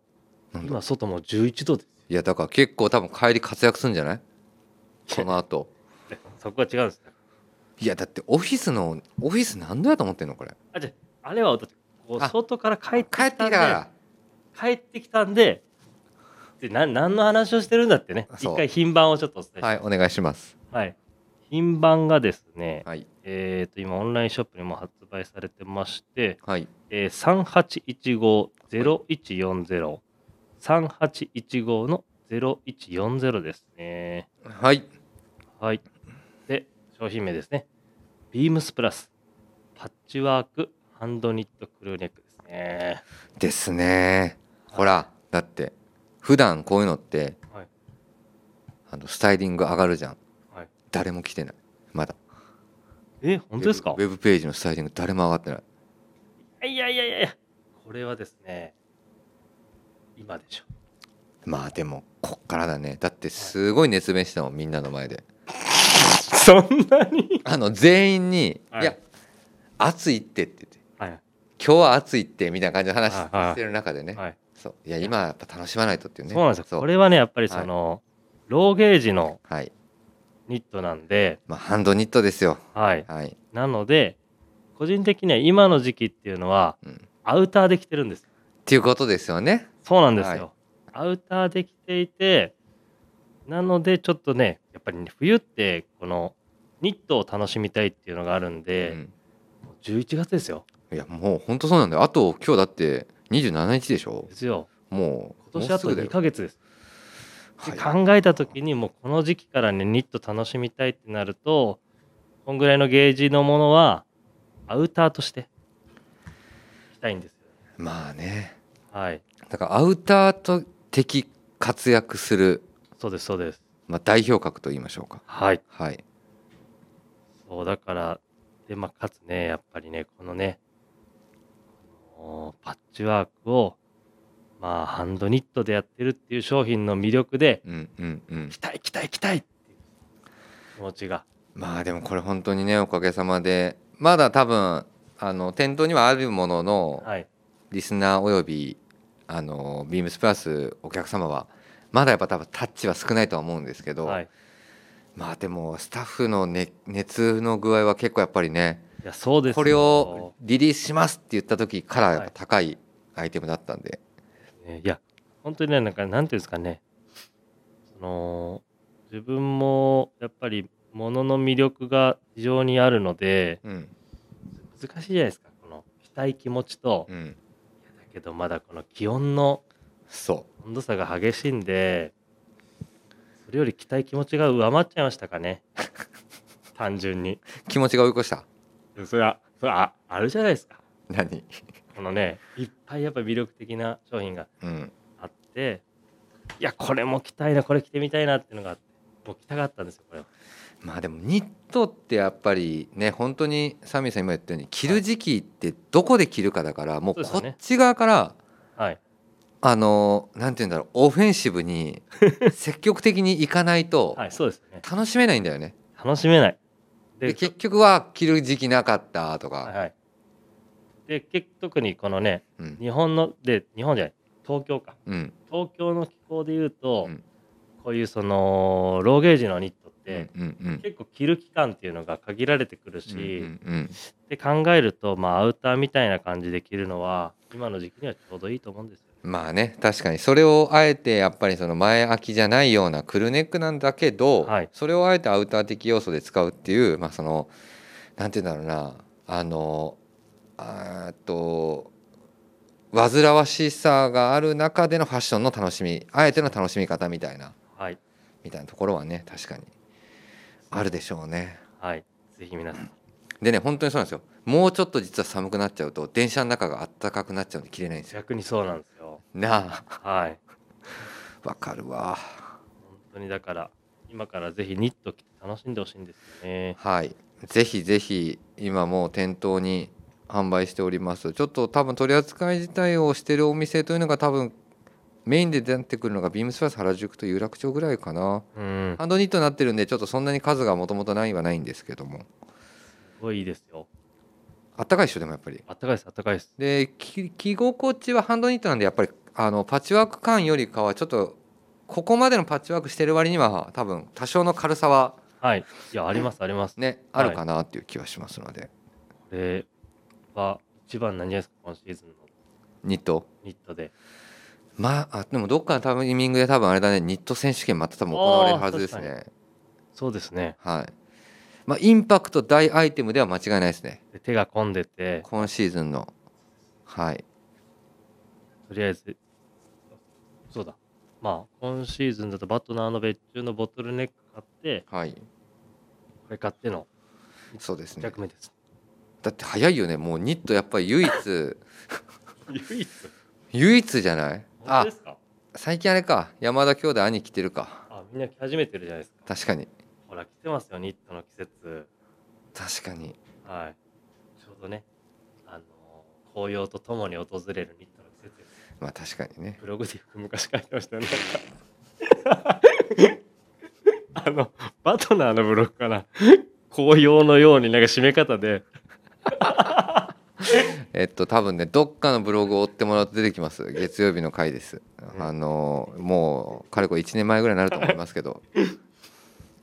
Speaker 1: なんだ
Speaker 2: 今外も11度です
Speaker 1: いやだから結構多分帰り活躍するん じゃないこの後
Speaker 2: ってそこは違うんですね
Speaker 1: いやだってオフィスのオフィス何度やと思ってんのこれ
Speaker 2: あじゃああれはだってこう
Speaker 1: あ
Speaker 2: 外から帰ってき
Speaker 1: 帰ってき
Speaker 2: た
Speaker 1: た
Speaker 2: ん
Speaker 1: から
Speaker 2: で帰ってきたんででな何の話をしてるんだってね
Speaker 1: そう
Speaker 2: 一回品番をちょっとお伝えしま
Speaker 1: はいお願いします
Speaker 2: すはい、品番がですね、
Speaker 1: はい
Speaker 2: えー、と今オンラインショップにも発売されてまして、
Speaker 1: はい
Speaker 2: えー、3815-0140 3815の0140ですね
Speaker 1: はい
Speaker 2: はいで商品名ですねビームスプラスパッチワークハンドニットクルーネックですね
Speaker 1: ですねほらだって普段こういうのって、
Speaker 2: はい
Speaker 1: あのスタイリング上がるじゃん、
Speaker 2: はい
Speaker 1: 誰も来てないまだ
Speaker 2: え本当ですか
Speaker 1: ウェブウェブページのスタイリング誰も上がってない
Speaker 2: いやいやいやいやこれはですね今でしょ
Speaker 1: まあでもこっからだねだってすごい熱弁したもんみんなの前で
Speaker 2: そんなに
Speaker 1: あの全員に「
Speaker 2: はい
Speaker 1: い、や暑いって」って言って
Speaker 2: はい
Speaker 1: 「今日は暑いって」みたいな感じの話
Speaker 2: はいはい
Speaker 1: してる中でね、
Speaker 2: はい
Speaker 1: そういや今はやっぱ楽しまないとっていうね
Speaker 2: そうなんですよこれはねやっぱりその、ローゲージの
Speaker 1: はい
Speaker 2: ニットなんで
Speaker 1: まあハンドニットですよ
Speaker 2: はい
Speaker 1: はい、
Speaker 2: なので個人的には今の時期っていうのは
Speaker 1: うん、っ
Speaker 2: アウターで着てるんです
Speaker 1: ていうことですよね
Speaker 2: そうなんですよ、アウターで着ていてなのでちょっとねやっぱりね、冬ってこのニットを楽しみたいっていうのがあるんで、
Speaker 1: うん
Speaker 2: もう11月ですよ
Speaker 1: いやもう本当そうなんだよあと今日だって27日でしょ
Speaker 2: ですよ
Speaker 1: もう
Speaker 2: 今年あと
Speaker 1: もうすぐだ
Speaker 2: 2
Speaker 1: よ
Speaker 2: ヶ月ですで
Speaker 1: はい
Speaker 2: 考えた時にもうこの時期からねニット楽しみたいってなるとこんぐらいのゲージのものはアウターとして着たいんですよ
Speaker 1: まあね
Speaker 2: はい
Speaker 1: だからアウターと敵活躍する、
Speaker 2: そうですそうです
Speaker 1: まあ、代表格と言いましょうか
Speaker 2: はい
Speaker 1: はい
Speaker 2: そうだからでまあかつねやっぱりねこのねこのパッチワークをまあハンドニットでやってるっていう商品の魅力で
Speaker 1: うんうんうん
Speaker 2: 着たい着たい着たいっていう気持ちが
Speaker 1: まあでもこれ本当にねおかげさまでまだ多分あの店頭にはあるものの
Speaker 2: はい
Speaker 1: リスナーおよびあのビームスプラスお客様はまだやっぱ多分タッチは少ないとは思うんですけど、
Speaker 2: はい
Speaker 1: まあでもスタッフの、ね、熱の具合は結構やっぱりね
Speaker 2: いやそうですよ
Speaker 1: これをリリースしますって言った時からやっぱ高いアイテムだったんで、
Speaker 2: ねいや本当にねなんかなんていうんですかねその自分もやっぱりものの魅力が非常にあるので
Speaker 1: うん
Speaker 2: 難しいじゃないですかこの着たい気持ちと、
Speaker 1: う
Speaker 2: だ
Speaker 1: ん、
Speaker 2: けどまだこの気温の
Speaker 1: そ
Speaker 2: 温度差が激しいんでそれより着たい気持ちが上回っちゃいましたかね 単純に
Speaker 1: う気持ちが追い越した
Speaker 2: それはそれはああるじゃないですか
Speaker 1: 何、
Speaker 2: このねいっぱいやっぱ魅力的な商品が
Speaker 1: うん、
Speaker 2: あっていやこれも着たいなこれ着てみたいなっていうのがあってもう着たかったんですよこれは
Speaker 1: まあでもニットってやっぱりね本当にサミーさん今言ったように着る時期ってどこで着るかだからもう
Speaker 2: そうです
Speaker 1: こ
Speaker 2: よね
Speaker 1: っち側から
Speaker 2: はい
Speaker 1: あのなんて言うんだろうオフェンシブ に積極的に行かないと
Speaker 2: はいそうですね
Speaker 1: 楽しめないんだよね。
Speaker 2: 楽しめない
Speaker 1: で結局は着る時期なかったと
Speaker 2: はい
Speaker 1: か、
Speaker 2: はいで結特にこのね
Speaker 1: うん
Speaker 2: 日本ので日本じゃない東京か
Speaker 1: うん
Speaker 2: 東京の気候でいうと、
Speaker 1: うん
Speaker 2: こういうそのローゲージのニットっ
Speaker 1: うん
Speaker 2: て、
Speaker 1: うんうん
Speaker 2: 結構着る期間っていうのが限られてくるし、
Speaker 1: うんうん
Speaker 2: で考えると、まあ、アウターみたいな感じで着るのは今の時期にはちょうどいいと思うんですよね。
Speaker 1: まあね確かにそれをあえてやっぱりその前空きじゃないようなクルーネックなんだけど、
Speaker 2: はい
Speaker 1: それをあえてアウター的要素で使うっていうまあそのなんて言うんだろうなあのあーっと煩わしさがある中でのファッションの楽しみあえての楽しみ方みたいな
Speaker 2: はい、
Speaker 1: みたいなところはね確かにあるでしょうね。
Speaker 2: はい、ぜひ皆さん
Speaker 1: でね本当にそうなんですよもうちょっと実は寒くなっちゃうと電車の中が暖かくなっちゃうんで着れないんですよ。
Speaker 2: 逆にそうなんですよ。
Speaker 1: なあ
Speaker 2: はい。
Speaker 1: わかるわ。
Speaker 2: 本当にだから、今からぜひニット着て楽しんでほしいんですよね。
Speaker 1: はい、ぜひぜひ今もう店頭に販売しておりますちょっと多分取り扱い自体をしてるお店というのが多分メインで出てくるのがビームスプラス原宿と有楽町ぐらいかな
Speaker 2: うん、
Speaker 1: ハンドニットになってるんでちょっとそんなに数がもともとないはないんですけども
Speaker 2: すごいいいですよ。
Speaker 1: あったかいっしょでもやっぱり
Speaker 2: あったかいです、あったかいです。
Speaker 1: でき着心地はハンドニットなんでやっぱりあのパッチワーク感よりかはちょっとここまでのパッチワークしてる割には多分多少の軽さは
Speaker 2: はい。いや、あります、あります。
Speaker 1: ねあるかなっていう気はしますので、
Speaker 2: これは、一番何ですか、今シーズンの
Speaker 1: ニット
Speaker 2: ニットで。
Speaker 1: まああでもどっかのタイミングで多分あれだねニット選手権また多分行われるはずですね
Speaker 2: そうですね。
Speaker 1: はいまあインパクト大アイテムでは間違いないですね
Speaker 2: で手が込んでて、
Speaker 1: 今シーズンのはい
Speaker 2: とりあえず、そうだ。まあ、今シーズンだとバトナーの別注のボトルネック買って、
Speaker 1: はい
Speaker 2: これ買っての
Speaker 1: そうです
Speaker 2: 1
Speaker 1: ね
Speaker 2: 着目です。
Speaker 1: だって早いよねもうニットやっぱり唯一
Speaker 2: 唯一
Speaker 1: 唯一じゃない
Speaker 2: 本当
Speaker 1: あ
Speaker 2: ですか
Speaker 1: 最近あれか山田兄弟兄着てるか
Speaker 2: あみんな着始めてるじゃないですか。
Speaker 1: 確かに
Speaker 2: ほら、来てますよ、ニットの季節。
Speaker 1: 確かに
Speaker 2: はい。ちょうどね、あのー紅葉とともに訪れるニットの季節です。
Speaker 1: まあ確かにね
Speaker 2: ブログでよく昔書いてましたよね。 あの、バトナーのブログかな。紅葉のようになんか締め方で、
Speaker 1: えっと多分ねどっかのブログを追ってもらうと出てきます月曜日の回です
Speaker 2: うん
Speaker 1: あのもうかれこれ1年前ぐらいになると思いますけ ど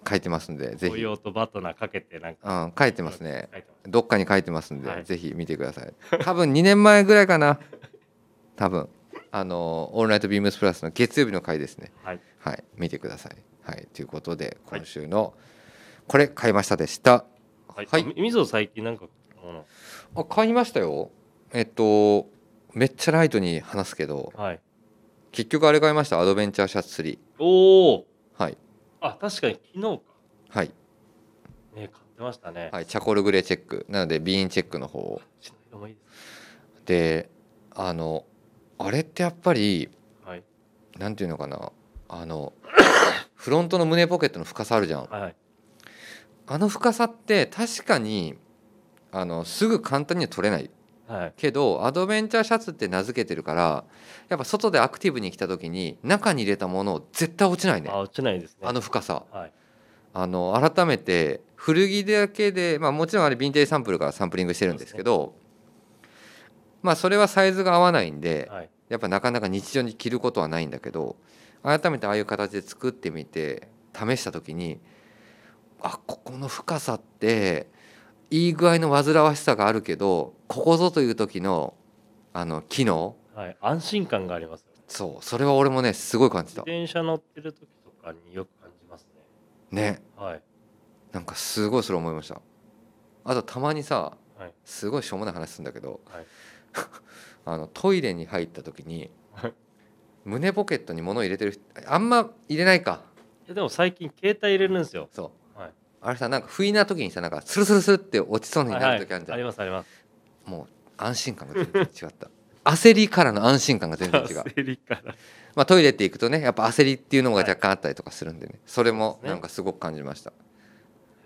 Speaker 1: 書いてますんでぜ
Speaker 2: 紅
Speaker 1: ひ、う
Speaker 2: 葉とバトナーかけてなんか
Speaker 1: ん、書いてますね
Speaker 2: 書いてま
Speaker 1: どっかに書いてますんで、
Speaker 2: はい
Speaker 1: ぜひ見てください多分2年前ぐらいかな多分あの「オールナイトビームスプラス」の月曜日の回ですね
Speaker 2: すはい。
Speaker 1: はい見てくださいはいということで
Speaker 2: はい
Speaker 1: 今週の、これ買いましたでした
Speaker 2: はい。
Speaker 1: はい
Speaker 2: あみみぞ最近なんかもの、
Speaker 1: あ買いましたよえっとめっちゃライトに話すけど
Speaker 2: はい。
Speaker 1: 結局あれ買いましたアドベンチャーシャツ3
Speaker 2: おお。
Speaker 1: はい
Speaker 2: あ、確かに昨日か。
Speaker 1: はい、
Speaker 2: ね、買ってましたね。
Speaker 1: はい、チャコールグレーチェックなのでビーンチェックの方を
Speaker 2: こっちの色もいいです
Speaker 1: であのあれってやっぱり
Speaker 2: ね。はい。
Speaker 1: なんていうのかなあの フロントの胸ポケットの深さあるじゃん
Speaker 2: はい。
Speaker 1: あの深さって確かにあのすぐ簡単には取れない
Speaker 2: はい。
Speaker 1: けどアドベンチャーシャツって名付けてるからやっぱ外でアクティブに来た時に中に入れたもの絶対落ちないね
Speaker 2: あ、落ちないですね。
Speaker 1: あの深さ
Speaker 2: はい。
Speaker 1: あの改めて古着だけで、まあ、もちろんあれヴィンテージサンプルからサンプリングしてるんですけどまあそれはサイズが合わないんで
Speaker 2: はい。
Speaker 1: やっぱなかなか日常に着ることはないんだけど改めてああいう形で作ってみて試した時にあここの深さっていい具合の煩わしさがあるけどここぞという時のあの機能
Speaker 2: はい。安心感がありますよね。
Speaker 1: そうそれは俺もねすごい感じ
Speaker 2: 自
Speaker 1: た
Speaker 2: 転車乗ってる時とかによく感じますね。
Speaker 1: ね
Speaker 2: はい。
Speaker 1: なんかすごいそれ思いましたあとたまにさ
Speaker 2: はい。
Speaker 1: すごいしょうもない話するんだけど、
Speaker 2: はい
Speaker 1: あのトイレに入った時に
Speaker 2: はい
Speaker 1: 胸ポケットに物を入れてる人あんま入れないか
Speaker 2: いやでも最近携帯入れるんですよ。
Speaker 1: そう
Speaker 2: はい。
Speaker 1: あれさなんか不意な時にさなんかスルスルスルって落ちそうに
Speaker 2: はい
Speaker 1: なる時あ
Speaker 2: は
Speaker 1: る
Speaker 2: い
Speaker 1: じゃ
Speaker 2: あ
Speaker 1: ん、
Speaker 2: りますあります。
Speaker 1: もう安心感が全然違った 焦りからの安心感が全 然違う、
Speaker 2: 焦りから。
Speaker 1: まあ、トイレって行くとねやっぱ焦りっていうのが若干あったりとかするんでねそれも
Speaker 2: そうですね
Speaker 1: なんかすごく感じました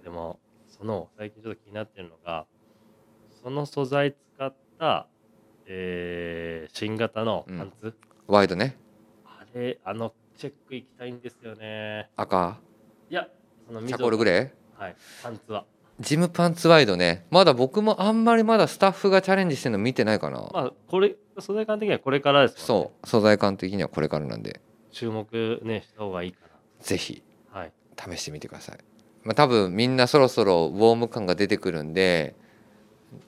Speaker 2: でもその最近ちょっと気になってるのがその素材使った、えー新型のパンツ、
Speaker 1: ワイドね
Speaker 2: あれあのチェックいきたいんですよね。
Speaker 1: 赤
Speaker 2: いやその
Speaker 1: チャコールグ
Speaker 2: レ
Speaker 1: レー
Speaker 2: はいパンツは
Speaker 1: ジムパンツワイドねまだ僕もあんまりまだスタッフがチャレンジしてるの見てないかな、
Speaker 2: まあこれ素材感的にはこれからですもんね
Speaker 1: そう素材感的にはこれからなんで
Speaker 2: 注目ねした方がいいか
Speaker 1: ぜひ
Speaker 2: なはい
Speaker 1: 試してみてください、まあ、多分みんなそろそろウォーム感が出てくるんで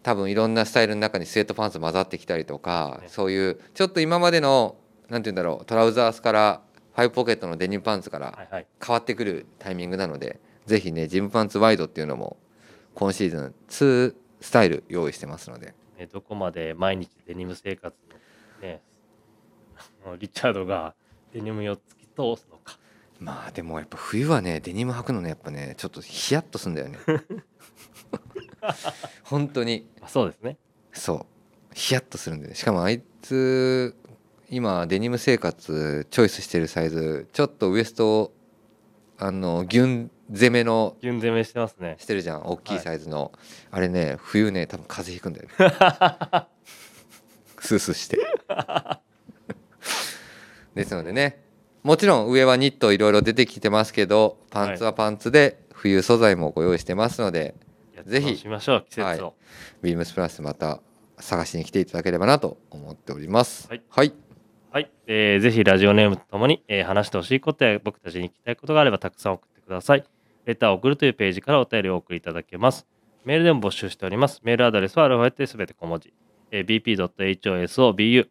Speaker 1: 多分いろんなスタイルの中にスウェットパンツ混ざってきたりとか、
Speaker 2: ね
Speaker 1: そういうちょっと今までのなんて言うんだろうトラウザースからファイブポケットのデニムパンツから
Speaker 2: はいはい
Speaker 1: 変わってくるタイミングなのでぜひねジムパンツワイドっていうのも今シーズン2スタイル用意してますので
Speaker 2: ねどこまで毎日デニム生活のねあのリチャードがデニムを突き通すのか
Speaker 1: まあでもやっぱ冬はねデニム履くのねやっぱねちょっとヒヤッとすんだよね本当に
Speaker 2: あそうですね
Speaker 1: そうヒヤッとするんでねしかもあいつ今デニム生活チョイスしてるサイズちょっとウエストあのギュン攻めの
Speaker 2: ギュン攻めしてますね
Speaker 1: してるじゃん大き
Speaker 2: はいい
Speaker 1: サイズの、あれね冬ね多分風邪ひくんだよね スースーしてですのでねもちろん上はニットいろいろ出てきてますけどパンツはパンツで冬素材もご用意してますので、
Speaker 2: いや
Speaker 1: ぜひ
Speaker 2: 楽しみましょう季節を、
Speaker 1: ビームスプラスまた探しに来ていただければなと思っております。
Speaker 2: はい
Speaker 1: はい、
Speaker 2: はい、えーぜひラジオネームとともに、えー話してほしいことや僕たちに聞きたいことがあればたくさん送ってください。レターを送るというページからお便りをお送りいただけます。メールでも募集しております。メールアドレスはアルファベットですべて小文字。えー bp.hosobu、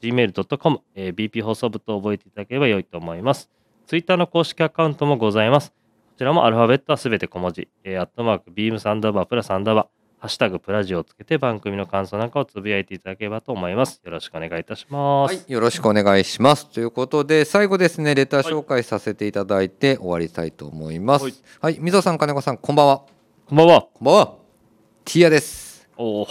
Speaker 2: gmail.com、えー bp 放送部と覚えていただければ良いと思います。ツイッターの公式アカウントもございます。こちらもアルファベットはすべて小文字。えーアットマーク、ビームサンダーバー、プラサンダーバー、ハッシュタグプラジオをつけて番組の感想なんかをつぶやいていただければと思います。よろしくお願いいたします。
Speaker 1: はい、よろしくお願いします。ということで、最後ですね、レター紹介させていただいて終わりたいと思います。
Speaker 2: は
Speaker 1: はいい、みぞさん、金子さん、こんばんは。
Speaker 2: こんばんは。
Speaker 1: こんばんは。ティアです。
Speaker 2: おお。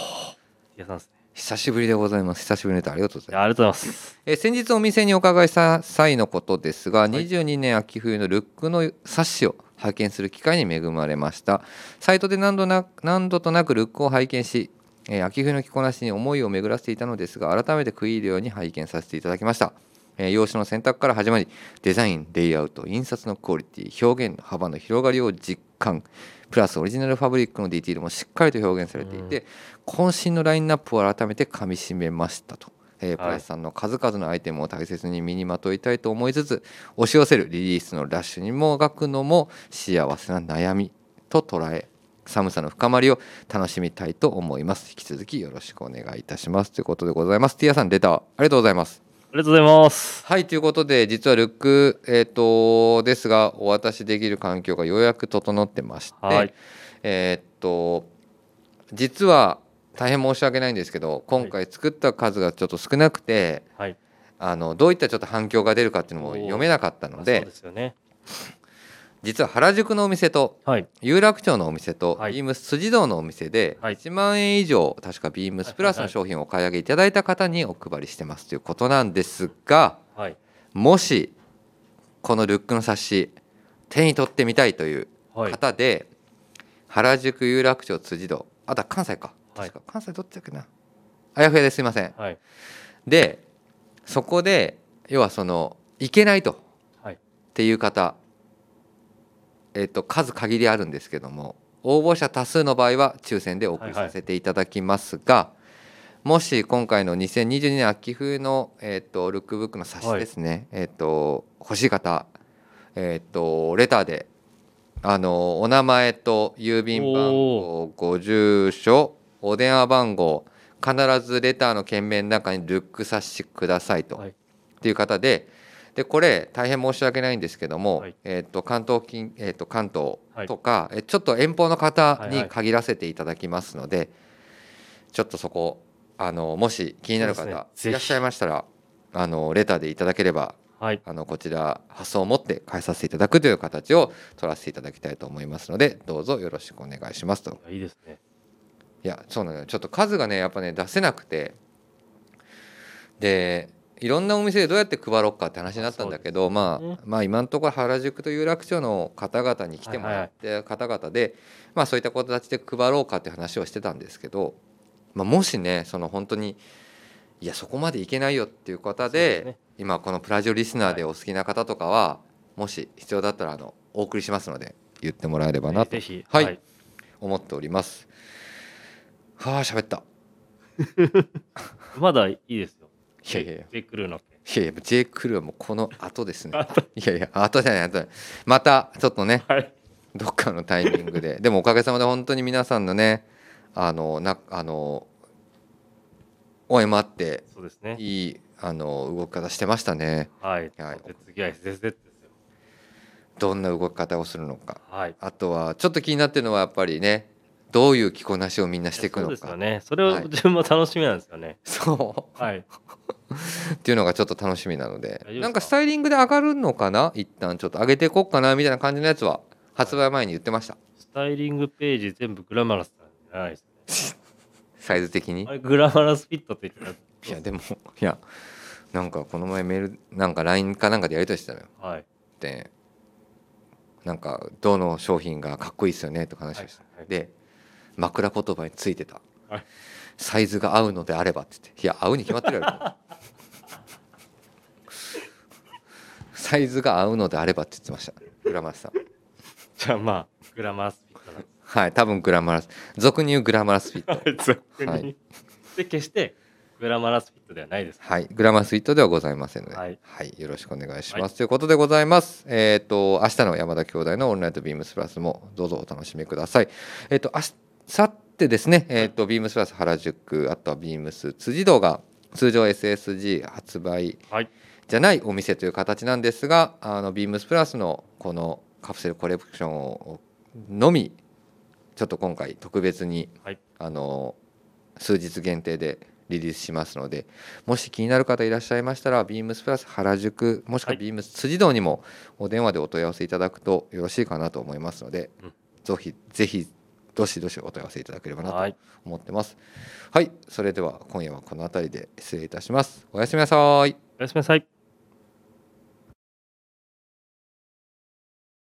Speaker 2: 皆さんですね。
Speaker 1: 久しぶりでございます。久しぶりのレターありがとうございま
Speaker 2: い
Speaker 1: す
Speaker 2: やありがとうございます。
Speaker 1: えー先日お店にお伺いした際のことですが、22年秋冬のルックの冊子を拝見する機会に恵まれましたサイトで何度な何度となくルックを拝見し、えー秋冬の着こなしに思いを巡らせていたのですが改めて食い入るように拝見させていただきました、えー用紙の選択から始まりデザインレイアウト印刷のクオリティ表現の幅の広がりを実感プラスオリジナルファブリックのディティールもしっかりと表現されていて渾身のラインナップを改めてかみしめましたと、えー
Speaker 2: はい
Speaker 1: プラスさんの数々のアイテムを大切に身にまといたいと思いつつ押し寄せるリリースのラッシュにもがくのも幸せな悩みと捉え寒さの深まりを楽しみたいと思います引き続きよろしくお願いいたしますということでございますティアさんレターありがとうございます
Speaker 2: ありがとうございます。
Speaker 1: はいということで実はルック、えー、とですがお渡しできる環境がようやく整ってまして、
Speaker 2: はい。
Speaker 1: えーっと実は大変申し訳ないんですけど今回作った数がちょっと少なくて、
Speaker 2: はい。
Speaker 1: あのどういったちょっと反響が出るかっていうのも
Speaker 2: おー
Speaker 1: 読めなかったの
Speaker 2: あそう
Speaker 1: で
Speaker 2: ですよね。
Speaker 1: 実は原宿のお店と
Speaker 2: はい。
Speaker 1: 有楽町のお店と、
Speaker 2: はい
Speaker 1: ビームス辻堂のお店で
Speaker 2: はい
Speaker 1: 1万円以上確かビームスプラスの商品をお買い上げいただいた方にお配りしてますということなんですが
Speaker 2: はい。
Speaker 1: もしこのルックの冊子手に取ってみたいという
Speaker 2: はい。
Speaker 1: 方で、原宿有楽町辻堂あとは関西か
Speaker 2: はい
Speaker 1: 確か、関西どっちだっけなあやふやですいません
Speaker 2: はい。
Speaker 1: でそこで要はその行けないとっ
Speaker 2: はい。
Speaker 1: ていう方えっと数限りあるんですけども応募者多数の場合は抽選でお送り
Speaker 2: はい
Speaker 1: さ
Speaker 2: はい
Speaker 1: せていただきますが、もし今回の2022年秋冬の、えっとルックブックの冊子ですね、えっと欲しい方、えっとレターであのお名前と郵便番号ご住所お電話番号必ずレターの件名の中にルック冊子くださいと、
Speaker 2: はい
Speaker 1: っていう方ででこれ大変申し訳ないんですけども、
Speaker 2: はい
Speaker 1: えっと関東近、えっと関東とか、えちょっと遠方の方
Speaker 2: はいは
Speaker 1: に
Speaker 2: い
Speaker 1: 限らせていただきますので、ちょっとそこあのもし気になる
Speaker 2: そう
Speaker 1: 方、
Speaker 2: ですね
Speaker 1: いらっしゃいましたらあのレターでいただければ
Speaker 2: はい。
Speaker 1: あのこちら発送を持って返させていただくという形を取らせていただきたいと思いますのでどうぞよろしくお願いしますと
Speaker 2: いやいいですね。
Speaker 1: いやそうなのよちょっと数がねやっぱね出せなくてでいろんなお店でどうやって配ろうかって話になったんだけど、ま
Speaker 2: ね
Speaker 1: あ、まあ今のところ原宿と有楽町の方々に来てもらって方々で、まあ、そういった形で配ろうかって話をしてたんですけど、まあ、もしねその本当にいやそこまでいけないよっていう方で
Speaker 2: そうですね
Speaker 1: 今このプラジオリスナーでお好きな方とかは、もし必要だったらあのお送りしますので言ってもらえればなと
Speaker 2: ぜひ。
Speaker 1: はい思っております。はあ喋った。
Speaker 2: まだいいですよ。
Speaker 1: いやいやいや
Speaker 2: で、来るの件。
Speaker 1: いやいや、J. クルーはもうこの後ですね。 いやいや、後じゃない、後じゃない。また、ちょっとね、
Speaker 2: はい。
Speaker 1: どっかのタイミングで、で もおかげさまで本当に皆さんのね、あの、な、あの。応援もあって、
Speaker 2: そうですね。
Speaker 1: いい、あの、動き方してましたね。
Speaker 2: はい。
Speaker 1: はい
Speaker 2: で次は SZ ですよ。
Speaker 1: どんな動き方をするのか。
Speaker 2: はい。
Speaker 1: あとは、ちょっと気になってるのは、やっぱりね、どういう着こなしをみんなしていく
Speaker 2: そう
Speaker 1: の
Speaker 2: ですよ
Speaker 1: か。
Speaker 2: ね。それを
Speaker 1: はい
Speaker 2: 自分も楽しみなんですよね。
Speaker 1: そう。
Speaker 2: はい。
Speaker 1: っていうのがちょっと楽しみなの
Speaker 2: 大丈夫です
Speaker 1: で
Speaker 2: か
Speaker 1: なんかスタイリングで上がるのかな一旦ちょっと上げていこうかなみたいな感じのやつは発売前に言ってました
Speaker 2: スタイリングページ全部グラマラスなんじゃないですね。
Speaker 1: サイズ的に
Speaker 2: あれ、グラマラスフィットって言って
Speaker 1: いやでもいやなんかこの前メールなんか LINE かなんかでやりとりしてたのよ
Speaker 2: た。はい。
Speaker 1: でなんかどの商品がかっこいいですよねとか話をして、
Speaker 2: はいはい
Speaker 1: で枕言葉についてた、
Speaker 2: はい
Speaker 1: サイズが合うのであればって言っていや合うに決まってるやろサイズが合うのであればって言ってました浦松さん
Speaker 2: じゃあまあ、グラマラスフィットなんで
Speaker 1: はい、多分グラマラス、俗に言うグラマラスフィット。
Speaker 2: はい、ざっくり
Speaker 1: はい
Speaker 2: で、決して、ググラマラスフィットではないです。
Speaker 1: はい、グラマースイートではございませんので、
Speaker 2: は
Speaker 1: はいい、よろしくお願いします。ということでございます。えっ、と明日の山田兄弟のオンラインとビームスプラスもどうぞお楽しみください。えっ、と明日明後日ですね、えっ、とビームスプラス原宿あとはビームス辻堂が通常 SSG 発売
Speaker 2: はい。
Speaker 1: じゃないお店という形なんですが、あのビームスプラスのこのカプセルコレクションをのみちょっと今回特別に
Speaker 2: はい。
Speaker 1: あの数日限定でリリースしますのでもし気になる方いらっしゃいましたらビームスプラス原宿もしく
Speaker 2: は
Speaker 1: はいビームス辻堂にもお電話でお問い合わせいただくとよろしいかなと思いますので、
Speaker 2: うん
Speaker 1: ぜひぜひどしどしお問い合わせいただければな
Speaker 2: は
Speaker 1: と
Speaker 2: い。
Speaker 1: 思ってますはいそれでは今夜はこの辺りで失礼いたしますおやすみなさい
Speaker 2: おやすみなさい。